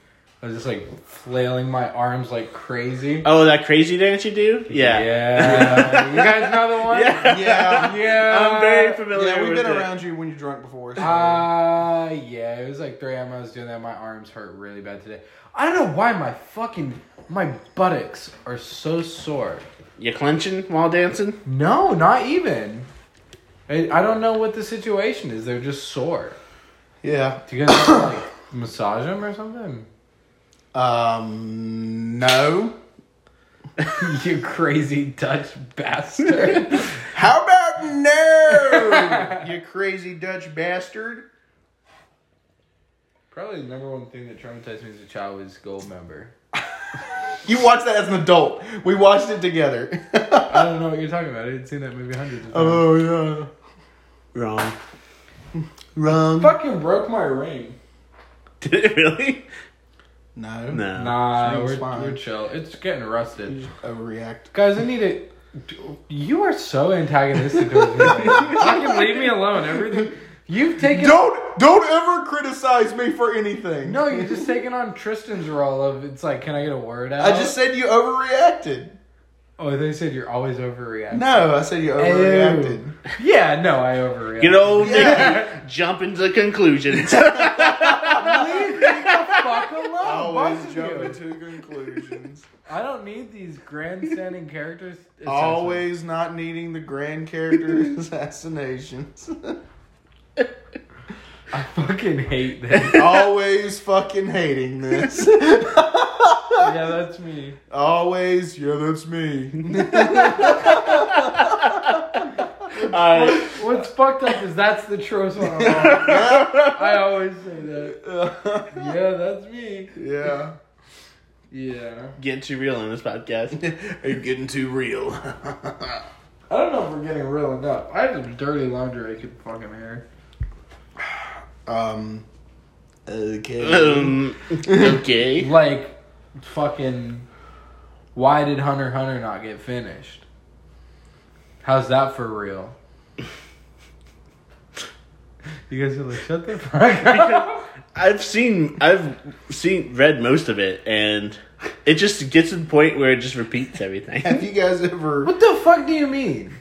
S2: I was just like flailing my arms like crazy.
S3: oh, that crazy dance you do? Yeah.
S2: Yeah. you guys know the one?
S3: Yeah.
S1: Yeah.
S2: Yeah.
S3: I'm very familiar.
S1: Uh, Yeah, we've
S3: with
S1: been
S3: it.
S1: around you when you're drunk before. so-
S2: Uh, yeah, it was like 3 a.m. I was doing that. My arms hurt really bad today. I don't know why my fucking, my buttocks are so sore.
S3: You clenching while dancing?
S2: No, not even. I, I don't know what the situation is. They're just sore.
S1: yeah.
S2: Do you guys wanna, like massage them or something?
S1: Um. No.
S2: you crazy Dutch bastard.
S1: How about no? you crazy Dutch bastard.
S2: Probably the number one thing that traumatized me as a child was Gold Member.
S1: You watched that as an adult. We watched it together.
S2: I don't know what you're talking about. I had seen that movie hundreds of times.
S1: oh yeah.
S3: Wrong.
S1: Wrong.
S2: fucking broke my ring.
S3: Did it really?
S1: No.
S3: No.
S2: Nah,
S1: Ring's
S2: we're,
S1: fine.
S2: we're chill. It's getting rusted.
S1: Overreact.
S2: Guys, I need it. You are so antagonistic towards me. Fucking leave me alone. Everything. You've taken.
S1: Don't don't ever criticize me for anything.
S2: No, you're just taking on Tristan's role of it's like, can I get a word out?
S1: I just said you overreacted.
S2: Oh, they said you're always overreacting.
S1: No, I said you overreacted.
S2: Yeah, no, I overreact.
S3: Good old
S1: Yeah.
S3: Nicky jumping to conclusions.
S2: Leave me the fuck alone. both
S1: Always
S2: of you.
S1: jumping to conclusions.
S2: I don't need these grandstanding characters.
S1: Always not needting the grand character assassinations.
S2: I fucking hate that.
S1: Always fucking hating this.
S2: yeah, that's me.
S1: Always, yeah, that's me.
S3: Uh,
S2: What's fucked up is that's the truest one. I'm on. I always say that. Yeah, that's me.
S1: yeah.
S2: Yeah.
S3: getting too real in this podcast.
S1: Are you getting too real?
S2: I don't know if we're getting real enough. I had some dirty laundry I could fucking air.
S1: um. Okay.
S3: Um, okay.
S2: Like, fucking. Why did Hunter x Hunter not get finished? How's that for real? You guys are like, shut the fuck up.
S3: I've seen, I've seen, read most of it, and It just gets to the point where it just repeats everything.
S1: Have you guys ever?
S2: What the fuck do you mean?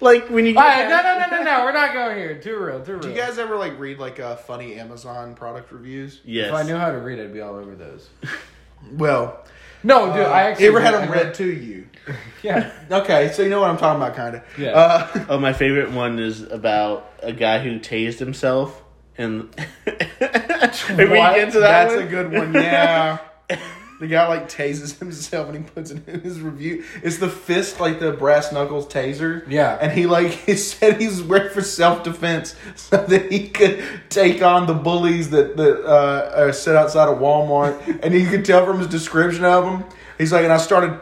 S3: like when you get
S2: All right, no, no, no, no, no. We're not going here. Too real, too real.
S1: Do you guys ever like read like uh, funny Amazon product reviews?
S3: Yes.
S2: if I knew how to read, I'd be all over those.
S1: Well,
S2: No, dude, I actually
S1: Uh, ever had
S2: I
S1: them
S2: got-
S1: read to you.
S2: Yeah,
S1: Okay, so you know what I'm talking about, kind of.
S2: Yeah.
S1: Uh,
S3: Oh, my favorite one is about a guy who tased himself. And maybe we
S2: What?
S3: get to that
S1: that's
S3: one?
S1: a
S3: Oh,
S1: good one. Yeah. the guy like tases himself and he puts it in his review. It's the fist, like the brass knuckles taser.
S2: Yeah.
S1: And he like he said he was wearing for self defense so that he could take on the bullies that that uh, are set outside of Walmart. and you could tell from his description of them, he's like, and I started.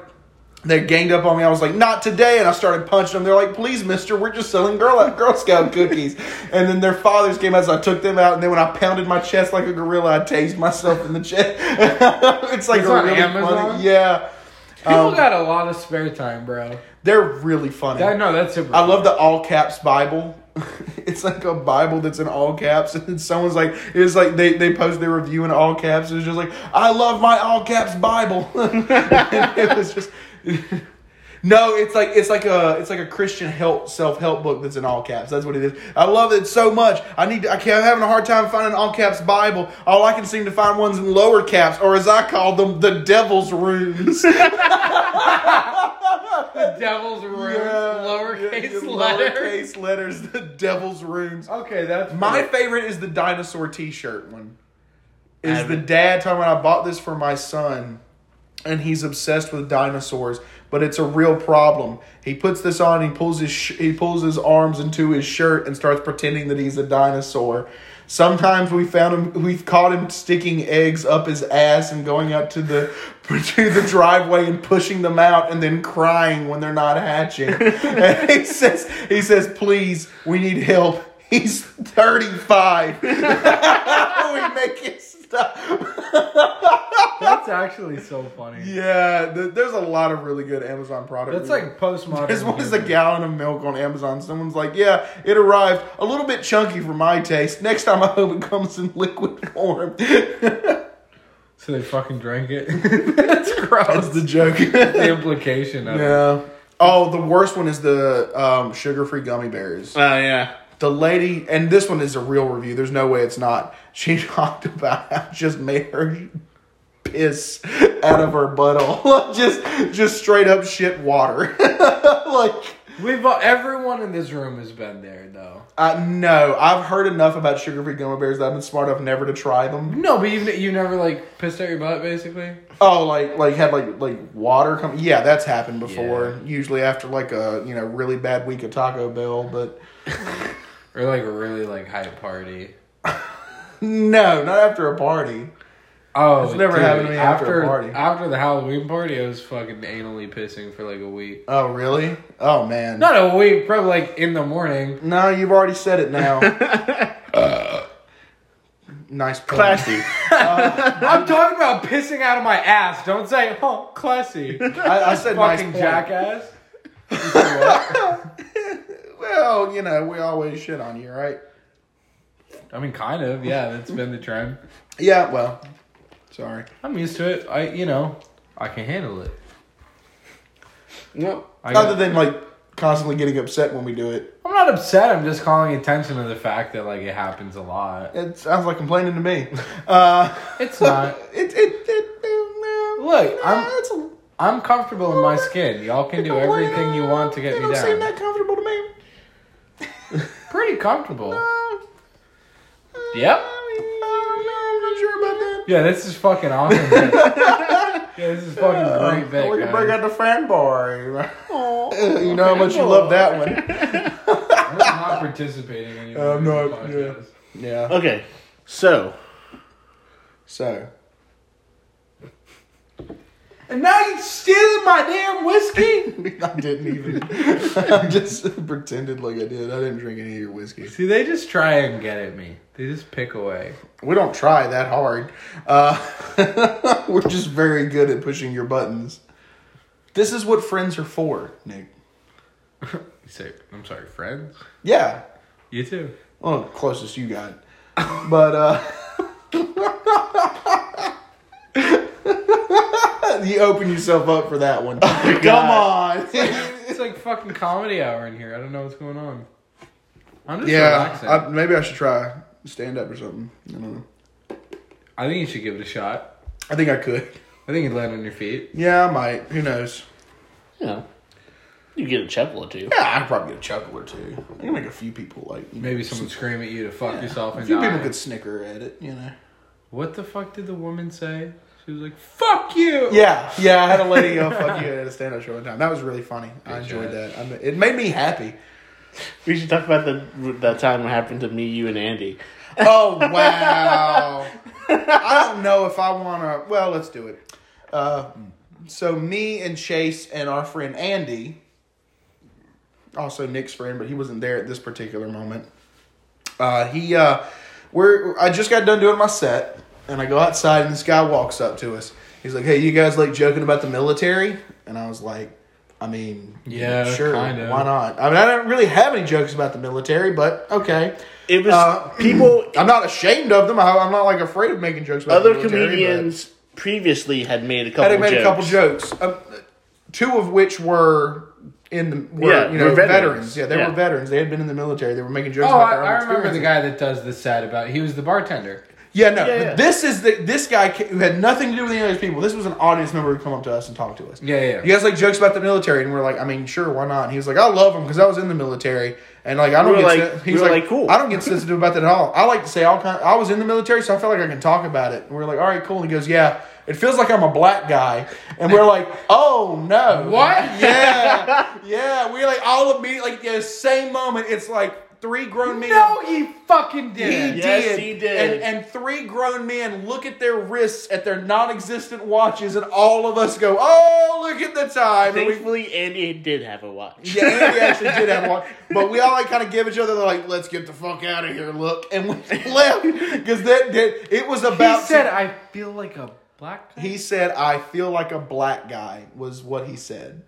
S1: They ganged up on me. I was like, "Not today!" And I started punching them. They're like, "Please, Mister, we're just selling Girl Girl Scout cookies." And then their fathers came out, so I took them out. And then when I pounded my chest like a gorilla, I tased myself in the chest. it's like
S2: It's
S1: a
S2: on
S1: really
S2: Amazon?
S1: funny, yeah.
S2: people
S1: Um,
S2: got a lot of spare time, bro.
S1: They're really funny.
S2: That, no, that's super.
S1: I love the all caps Bible. it's like a Bible that's in all caps, and someone's like, it's like they, they post their review in all caps, and it's just like, I love my all caps Bible. And it was just. No, it's like it's like a it's like a Christian help self help book that's in all caps. That's what it is. I love it so much. I need to, I can't, I'm having a hard time finding all caps Bible. All I can seem to find ones in lower caps, or as I call them, the devil's runes.
S2: the devil's room, lowercase
S1: yeah,
S2: letter.
S1: Lowercase letters, the devil's runes.
S2: Okay, that's
S1: My
S2: cool.
S1: favorite is the dinosaur T-shirt one. Is the
S3: haven't-
S1: dad talking about I bought this for my son, and he's obsessed with dinosaurs, but it's a real problem. He puts this on, he pulls his sh- he pulls his arms into his shirt and starts pretending that he's a dinosaur. Sometimes we found him, we've caught him sticking eggs up his ass and going out to the to the driveway and pushing them out and then crying when they're not hatching. and he says, he says, please, we need help. He's 35. we make it stop.
S2: That's actually so funny.
S1: Yeah, th- there's a lot of really good Amazon products.
S2: That's like postmodern.
S1: There's one is a
S2: humor.
S1: gallon of milk on Amazon. Someone's like, "Yeah, it arrived a little bit chunky for my taste. Next time I hope it comes in liquid form." That's
S2: So they fucking drank it. That's gross.
S1: the joke.
S2: the implication of it.
S1: yeah. Oh, the worst one is the um, sugar-free gummy bears.
S3: Oh, yeah.
S1: The lady, and this one is a real review. There's no way it's not. She talked about how it just made her piss out of her butthole, just just straight up shit water. like,
S2: We've all, everyone in this room has been there though.
S1: I no, I've heard enough about sugar-free gummy bears that I've been smart enough never to try them.
S2: No, but you've you never like pissed out your butt basically.
S1: Oh, like like had like like water come. Yeah, that's happened before.
S2: Yeah.
S1: Usually after like a you know really bad week of Taco Bell, but
S2: Or like a really like high party.
S1: no, not after a party.
S2: Oh,
S1: It's never happened to me after a party.
S2: After the Halloween party, I was fucking anally pissing for like a week.
S1: Oh really? Oh man.
S2: Not a week, probably like in the morning.
S1: No, you've already said it now. nice point.
S3: Classy.
S2: I'm talking about pissing out of my ass. Don't say, oh, classy.
S1: I, I said nice
S2: fucking
S1: point.
S2: jackass. You said what?
S1: Well, you know, we always shit on you, right?
S2: I mean, kind of. Yeah, that's been the trend.
S1: Yeah, well, sorry.
S2: I'm used to it. I, you know, I can handle it.
S3: no.
S2: I
S1: Other
S2: got,
S1: than like constantly getting upset when we do it.
S2: I'm not upset. I'm just calling attention to the fact that like it happens a lot.
S1: It sounds like complaining to me. Uh,
S2: It's not.
S1: It, it, it,
S2: Look, I'm-
S1: It's a,
S2: I'm comfortable in my skin. Y'all can do everything you want to
S1: they
S2: get me
S1: don't seem
S2: down.
S1: that comfortable to me.
S2: Pretty comfortable.
S1: Uh,
S2: Yep.
S1: I don't know, I'm not sure about that.
S2: Yeah, this is fucking awesome. man. yeah, this is
S1: Uh,
S2: fucking great bit.
S1: Oh, we can
S2: guys.
S1: break out the fan bar. you know how much you love that one.
S2: I'm not participating
S1: Uh,
S2: anymore.
S1: I'm
S2: in the
S1: not,
S2: podcast.
S1: Yeah.
S3: Okay. So,
S1: So.
S2: And now you stealing my damn whiskey.
S1: I didn't even. I just pretended like I did. I didn't drink any of your whiskey.
S2: See, they just try and get at me. They just pick away.
S1: We don't try that hard. Uh, we're just very good at pushing your buttons. This is what friends are for, Nick.
S2: You say, I'm sorry, friends.
S1: Yeah.
S2: You too.
S1: Well, closest you got. But, uh. you open yourself up for that one. Come
S3: God.
S1: on.
S2: It's like fucking comedy hour in here. I don't know what's going on. I'm just
S1: yeah,
S2: relaxing.
S1: I, maybe I should try stand up or something. I don't know.
S2: I think you should give it a shot.
S1: I think I could.
S2: I think you'd land on your feet.
S1: Yeah, I might. Who knows?
S3: You know, you get a chuckle or two.
S1: Yeah, I could probably get a chuckle or two. I can make a few people like you know,
S2: Maybe someone scream at you to fuck yourself
S1: A
S2: and
S1: few
S2: die.
S1: people could snicker at it, you know.
S2: What the fuck did the woman say? She was like, "Fuck you."
S1: Yeah, yeah. I had a lady go fuck you at a stand-up show one time. That was really funny. I enjoyed
S2: job.
S1: that. I mean, it made me happy.
S3: We should talk about the that time it happened to me, you, and Andy.
S1: Oh wow! I don't know if I want to. Well, let's do it. Uh, so me and Chase and our friend Andy, also Nick's friend, but he wasn't there at this particular moment. Uh, he, uh, we're. I just got done doing my set, and I go outside, and this guy walks up to us. He's like, "Hey, you guys like joking about the military?" And I was like, "I mean,
S2: Yeah,
S1: sure,
S2: kinda.
S1: why not?" I mean, I don't really have any jokes about the military, but okay.
S3: It was
S1: Uh,
S3: people.
S1: I'm not ashamed of them. I, I'm not like afraid of making jokes about
S3: Other
S1: the military,
S3: comedians previously had made a
S1: but-
S3: couple.
S1: Had made
S3: jokes.
S1: a couple jokes, um, two of which were in the were,
S3: Yeah,
S1: you know
S3: were
S1: veterans.
S3: veterans.
S1: Yeah, they
S3: Yeah.
S1: were veterans. They had been in the military. They were making jokes
S2: Oh,
S1: about
S2: I,
S1: their own
S2: I remember the
S1: experiences.
S2: guy that does this sad about. He was the bartender.
S1: Yeah, no,
S3: Yeah,
S1: but
S3: yeah.
S1: this is the this guy ca- who had nothing to do with any of those people. This was an audience member who come up to us and talk to us.
S2: Yeah, yeah.
S1: You guys like jokes about the military, and we're like, I mean, sure, why not? And he was like, I love them because I was in the military, and like I don't
S3: We were
S1: get
S3: like-
S1: sen-
S3: we
S1: he was
S3: were
S1: like,
S3: like, cool.
S1: I don't get sensitive about that at all. I like to say all kind. I was in the military, so I feel like I can talk about it. And we're like, all right, cool. And he goes, yeah. It feels like I'm a black guy, and we're like, "Oh no,
S2: What?
S1: Yeah, yeah." We're like all immediately, like the same moment. It's like three grown men
S2: No, he fucking did.
S1: he
S3: Yes,
S1: did.
S3: he
S1: And,
S3: did.
S1: and three grown men look at their wrists at their non-existent watches, and all of us go, "Oh, look at the time!" And we,
S3: Thankfully, Andy did have a watch.
S1: yeah, and we actually did have one, but we all like kind of give each other the like, "Let's get the fuck out of here!" Look, and we left because that, that it was about.
S2: He said,
S1: to-
S2: "I feel like a black." Guy.
S1: he said, "I feel like a black guy," was what he said.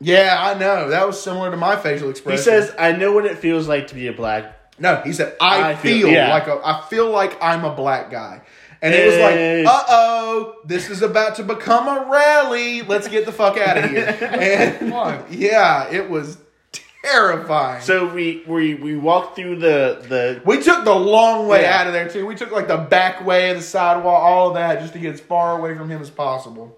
S1: Yeah, I know. That was similar to my facial
S3: He
S1: expression.
S3: says, "I know what it feels like to be a black."
S1: No, he said, I,
S3: I
S1: feel,
S3: feel- yeah.
S1: like a, I feel like I'm a black guy. And it was
S3: Hey.
S1: like, uh oh, this is about to become a rally. Let's get the fuck out of here. And
S2: Fuck.
S1: yeah, it was terrifying. So
S3: So we we we walked through the the
S1: we took the long way
S3: Yeah.
S1: out of there too. We took like the back way of the sidewalk, all of that, just to get as far away from him as possible.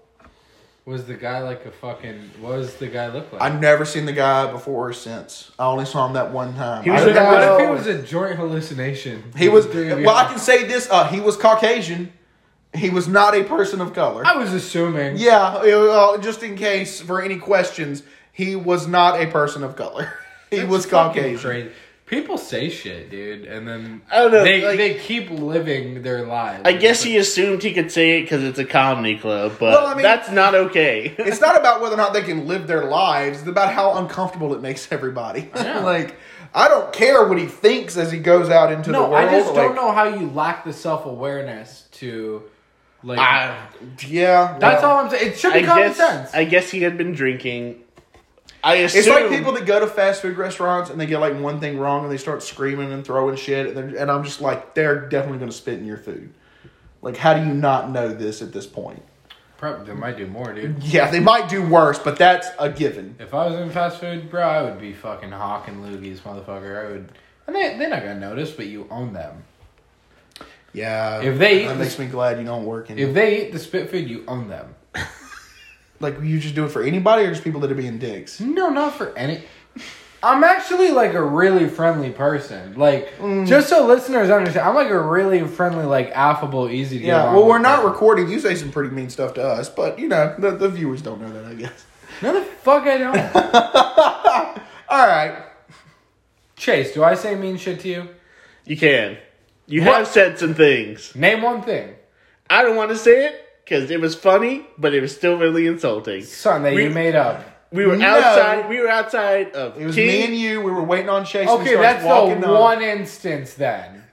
S2: Was the guy like a fucking? What does the guy look like?
S1: I've never seen the guy before or since. I only saw him that one time.
S3: He
S1: I
S3: was
S1: don't
S3: the guy-
S1: know.
S2: what if it was a joint hallucination?
S1: He was.
S2: Three of you.
S1: Well, I can say this: uh, he was Caucasian. He was not a person of color.
S2: I was assuming.
S1: Yeah, it- well, just in case for any questions, he was not a person of color. He
S2: That's
S1: was
S2: fucking
S1: Caucasian.
S2: crazy. People say shit, dude, and then
S3: I don't know,
S2: They
S3: like-
S2: they keep living their lives.
S3: I guess he assumed he could say it because it's a comedy club, but
S1: Well, I mean-
S3: that's not okay.
S1: It's not about whether or not they can live their lives. It's about how uncomfortable it makes everybody.
S2: know.
S1: like, I don't care what he thinks as he goes out into the
S2: No,
S1: world.
S2: I just
S1: like,
S2: don't know how you lack the self awareness to like.
S3: I,
S1: Yeah,
S2: that's
S1: well,
S2: all I'm saying. It should be
S3: I
S2: common
S3: guess
S2: sense.
S3: I guess he had been drinking. I assume
S1: It's like people that go to fast food restaurants and they get like one thing wrong and they start screaming and throwing shit and, they're- and I'm just like they're definitely going to spit in your food. Like, how do you not know this at this point?
S2: Probably they might do more, dude.
S1: Yeah, they might do worse, but that's a given.
S2: If I was in fast food, bro, I would be fucking hawking loogies, motherfucker. I would, and they they're not gonna notice, but you own them.
S1: Yeah.
S2: If they-
S1: that makes me glad you don't work in
S2: If they eat the spit food, you own them.
S1: like you just do it for anybody or just people that are being dicks.
S2: No, not for any. I'm actually like a really friendly person. Like,
S1: Mm.
S2: just so listeners understand, I'm like a really friendly, like affable, easy to. get
S1: Yeah.
S2: along
S1: Well, we're
S2: with
S1: not
S2: person.
S1: recording. You say some pretty mean stuff to us, but you know the, the viewers don't know that, I guess.
S2: No, the fuck I don't.
S1: All right.
S2: Chase, do I say mean shit to you?
S3: you can. You
S2: What?
S3: have said some things.
S2: Name one thing,
S3: I don't want to say it because it was funny, but it was still really insulting.
S2: son, that
S3: We-
S2: you made up.
S3: We were
S1: No.
S3: outside. We were outside of
S1: It was
S3: King.
S1: me and you. We were waiting on Chase. and he
S2: Okay,
S1: starts
S2: that's
S1: walking
S2: the
S1: up.
S2: one instance then.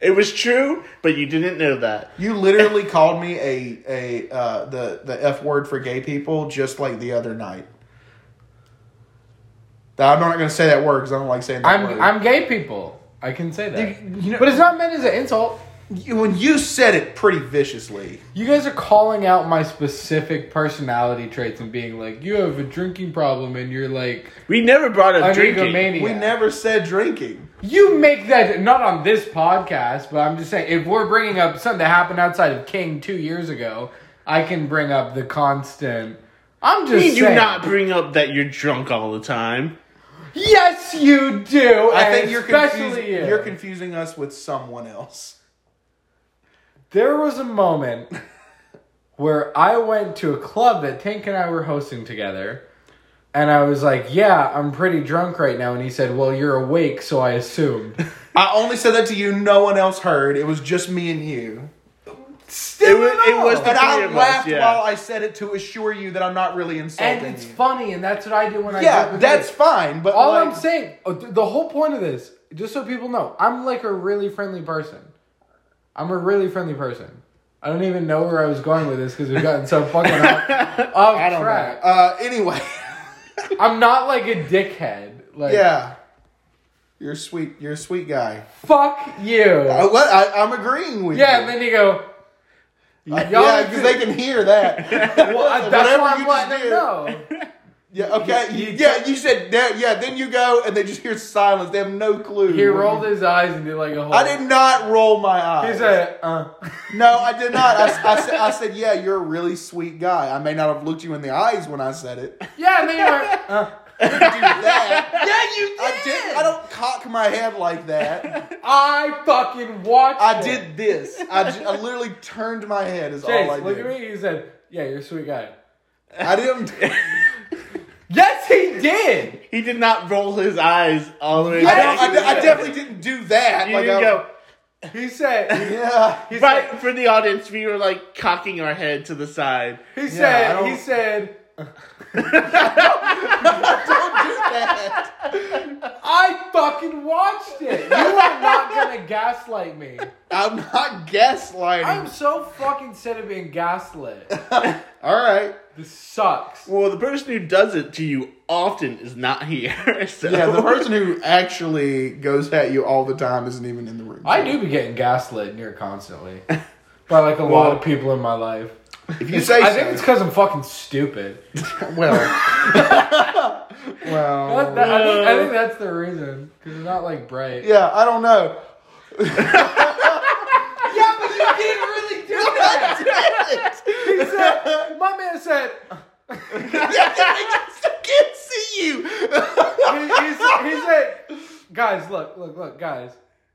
S3: It was true, but you didn't know that.
S1: You literally called me a a uh, the the f word for gay people just like the other night. Now, I'm not going to say that word because I don't like saying that
S2: I'm
S1: word.
S2: I'm gay people. I can say that,
S1: You- you know-
S2: but it's not meant as an insult.
S1: you- when you said it pretty viciously.
S2: You guys are calling out my specific personality traits and being like, you have a drinking problem, and you're like,
S3: We never brought up
S2: I'm
S3: drinking.
S2: egomaniac.
S1: We never said drinking.
S2: You make that not on this podcast, but I'm just saying if we're bringing up something that happened outside of King two years ago, I can bring up the constant. I'm just
S3: We do
S2: saying.
S3: not bring up that you're drunk all the time.
S2: Yes, you do.
S1: I
S2: and
S1: think you're
S2: especially
S1: confusing,
S2: you.
S1: you're confusing us with someone else.
S2: there was a moment where I went to a club that Tank and I were hosting together, and I was like, "Yeah, I'm pretty drunk right now," and he said, "Well, you're awake, so I assumed."
S1: I only said that to you. No one else heard. It was just me and you.
S2: Still,
S3: was- it
S2: no.
S3: was the
S1: But
S3: three
S1: I
S3: of us,
S1: laughed
S3: yeah.
S1: while I said it to assure you that I'm not really insulting
S2: and it's
S1: you.
S2: funny, and that's what I do when I
S1: yeah,
S2: drink with
S1: that's
S2: you.
S1: fine. But
S2: All
S1: like,
S2: I'm saying, oh, th- the whole point of this, just so people know, I'm like a really friendly person. I'm a really friendly person. I don't even know where I was going with this because we've gotten so fucking off, off
S1: I don't
S2: track.
S1: know. Uh, anyway,
S2: I'm not like a dickhead. Like,
S1: yeah, you're a sweet. You're a sweet guy.
S2: fuck you.
S1: I, what, I, I'm agreeing with
S2: yeah,
S1: you.
S2: and then you go, y'all
S1: Uh, yeah, because they can hear that.
S2: well, I- that's
S1: Whatever
S2: why I'm
S1: you just
S2: letting them
S1: did.
S2: know.
S1: Yeah, okay.
S2: You- you-
S1: yeah, you said that. Yeah, then you go and they just hear silence. They have no clue.
S2: He rolled his eyes and did like a whole.
S1: I did not roll my eyes.
S2: He said, uh.
S1: No, I did not. I, s- I said, I said, yeah, you're a really sweet guy. I may not have looked you in the eyes when I said it. I
S2: Yeah, and then you went, uh.
S1: didn't do that.
S2: Yeah, you did.
S1: I did. I don't cock my head like that.
S2: I fucking watched
S1: I
S2: it.
S1: did this. I, j- I literally turned my head. Is
S2: Chase,
S1: all I did.
S2: look at me. He said, "Yeah, you're a sweet guy."
S1: I didn't.
S2: Yes, he did.
S3: He did not roll his eyes all the way.
S1: I,
S3: back.
S1: don't, I, d- I definitely didn't do that.
S3: You
S1: like uh,
S3: didn't
S1: I,
S3: go.
S2: He said.
S1: Yeah.
S2: He
S3: Right
S2: said.
S3: for the audience, we were like cocking our head to the side.
S2: He
S1: I
S2: said.
S1: don't-
S2: He said.
S1: Don't do that.
S2: I fucking watched it. You are not gonna gaslight me.
S1: I'm not gaslighting.
S2: I'm so fucking sick of being gaslit.
S1: All right.
S2: This sucks.
S3: Well, the person who does it to you often is not here. So.
S1: Yeah, the person who actually goes at you all the time isn't even in the room.
S2: I do be getting gaslit near constantly by like a lot of people in my life.
S1: If you say
S2: I think it's
S1: so.
S2: because I'm fucking stupid.
S1: well, well,
S2: That- that- I, think, I think that's the reason because I'm not like bright.
S1: yeah, I don't know.
S2: Yeah, but you didn't really do that. he said, my man said,
S1: I just can't see you.
S2: he, he said- he said, guys, look, look, look, guys,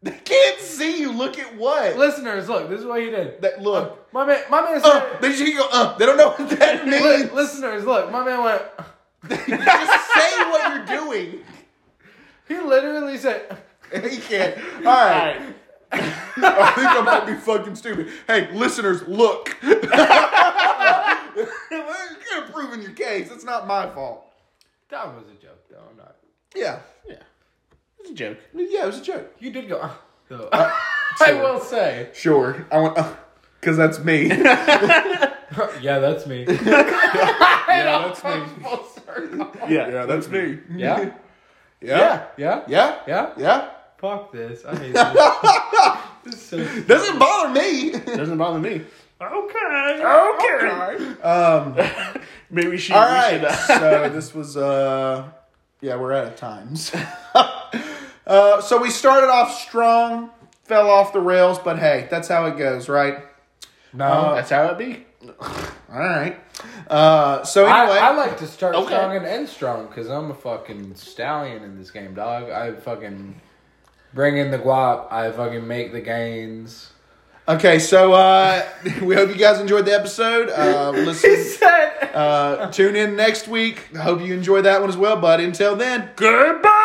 S1: I can't see you. Look at what?
S2: listeners, look, this is what he did.
S1: That look.
S2: My man, my man said,
S1: Uh, they just go. Uh, they don't know what that
S2: li-
S1: means.
S2: listeners, look, my man went,
S1: just say what you're doing.
S2: he literally said,
S1: He can't. All
S3: All
S1: right.
S3: right.
S1: I think I might be fucking stupid. Hey, listeners, look. You're proving your case. It's not my fault.
S2: that was a joke, though, I'm not.
S1: Yeah.
S3: It's a joke.
S1: Yeah, it was a joke.
S2: You did go, "Uh," though. I will say,
S1: Sure. I went, because that's me.
S2: yeah, that's me. yeah, that's me.
S3: Yeah.
S1: that's me.
S2: Yeah,
S1: Yeah.
S2: yeah,
S1: Yeah.
S2: yeah.
S1: Yeah.
S2: Fuck this. I hate this. this is so stupid.
S1: Doesn't bother me.
S3: Doesn't bother me.
S2: Okay.
S3: Okay.
S1: Um,
S3: Maybe she.
S1: all
S3: we
S1: right.
S3: should, uh,
S1: so this was, uh, yeah, we're out of times. uh, so we started off strong, fell off the rails, but hey, that's how it goes, right?
S2: No.
S3: that's how it be.
S1: All right. Uh, so anyway,
S2: I, I like to start
S3: Okay.
S2: strong and end strong because I'm a fucking stallion in this game, dog. I fucking bring in the guap. I fucking make the gains.
S1: okay. So uh, we hope you guys enjoyed the episode. Uh, listen,
S2: said,
S1: uh, tune in next week. Hope you enjoy that one as well. But until then,
S3: Goodbye.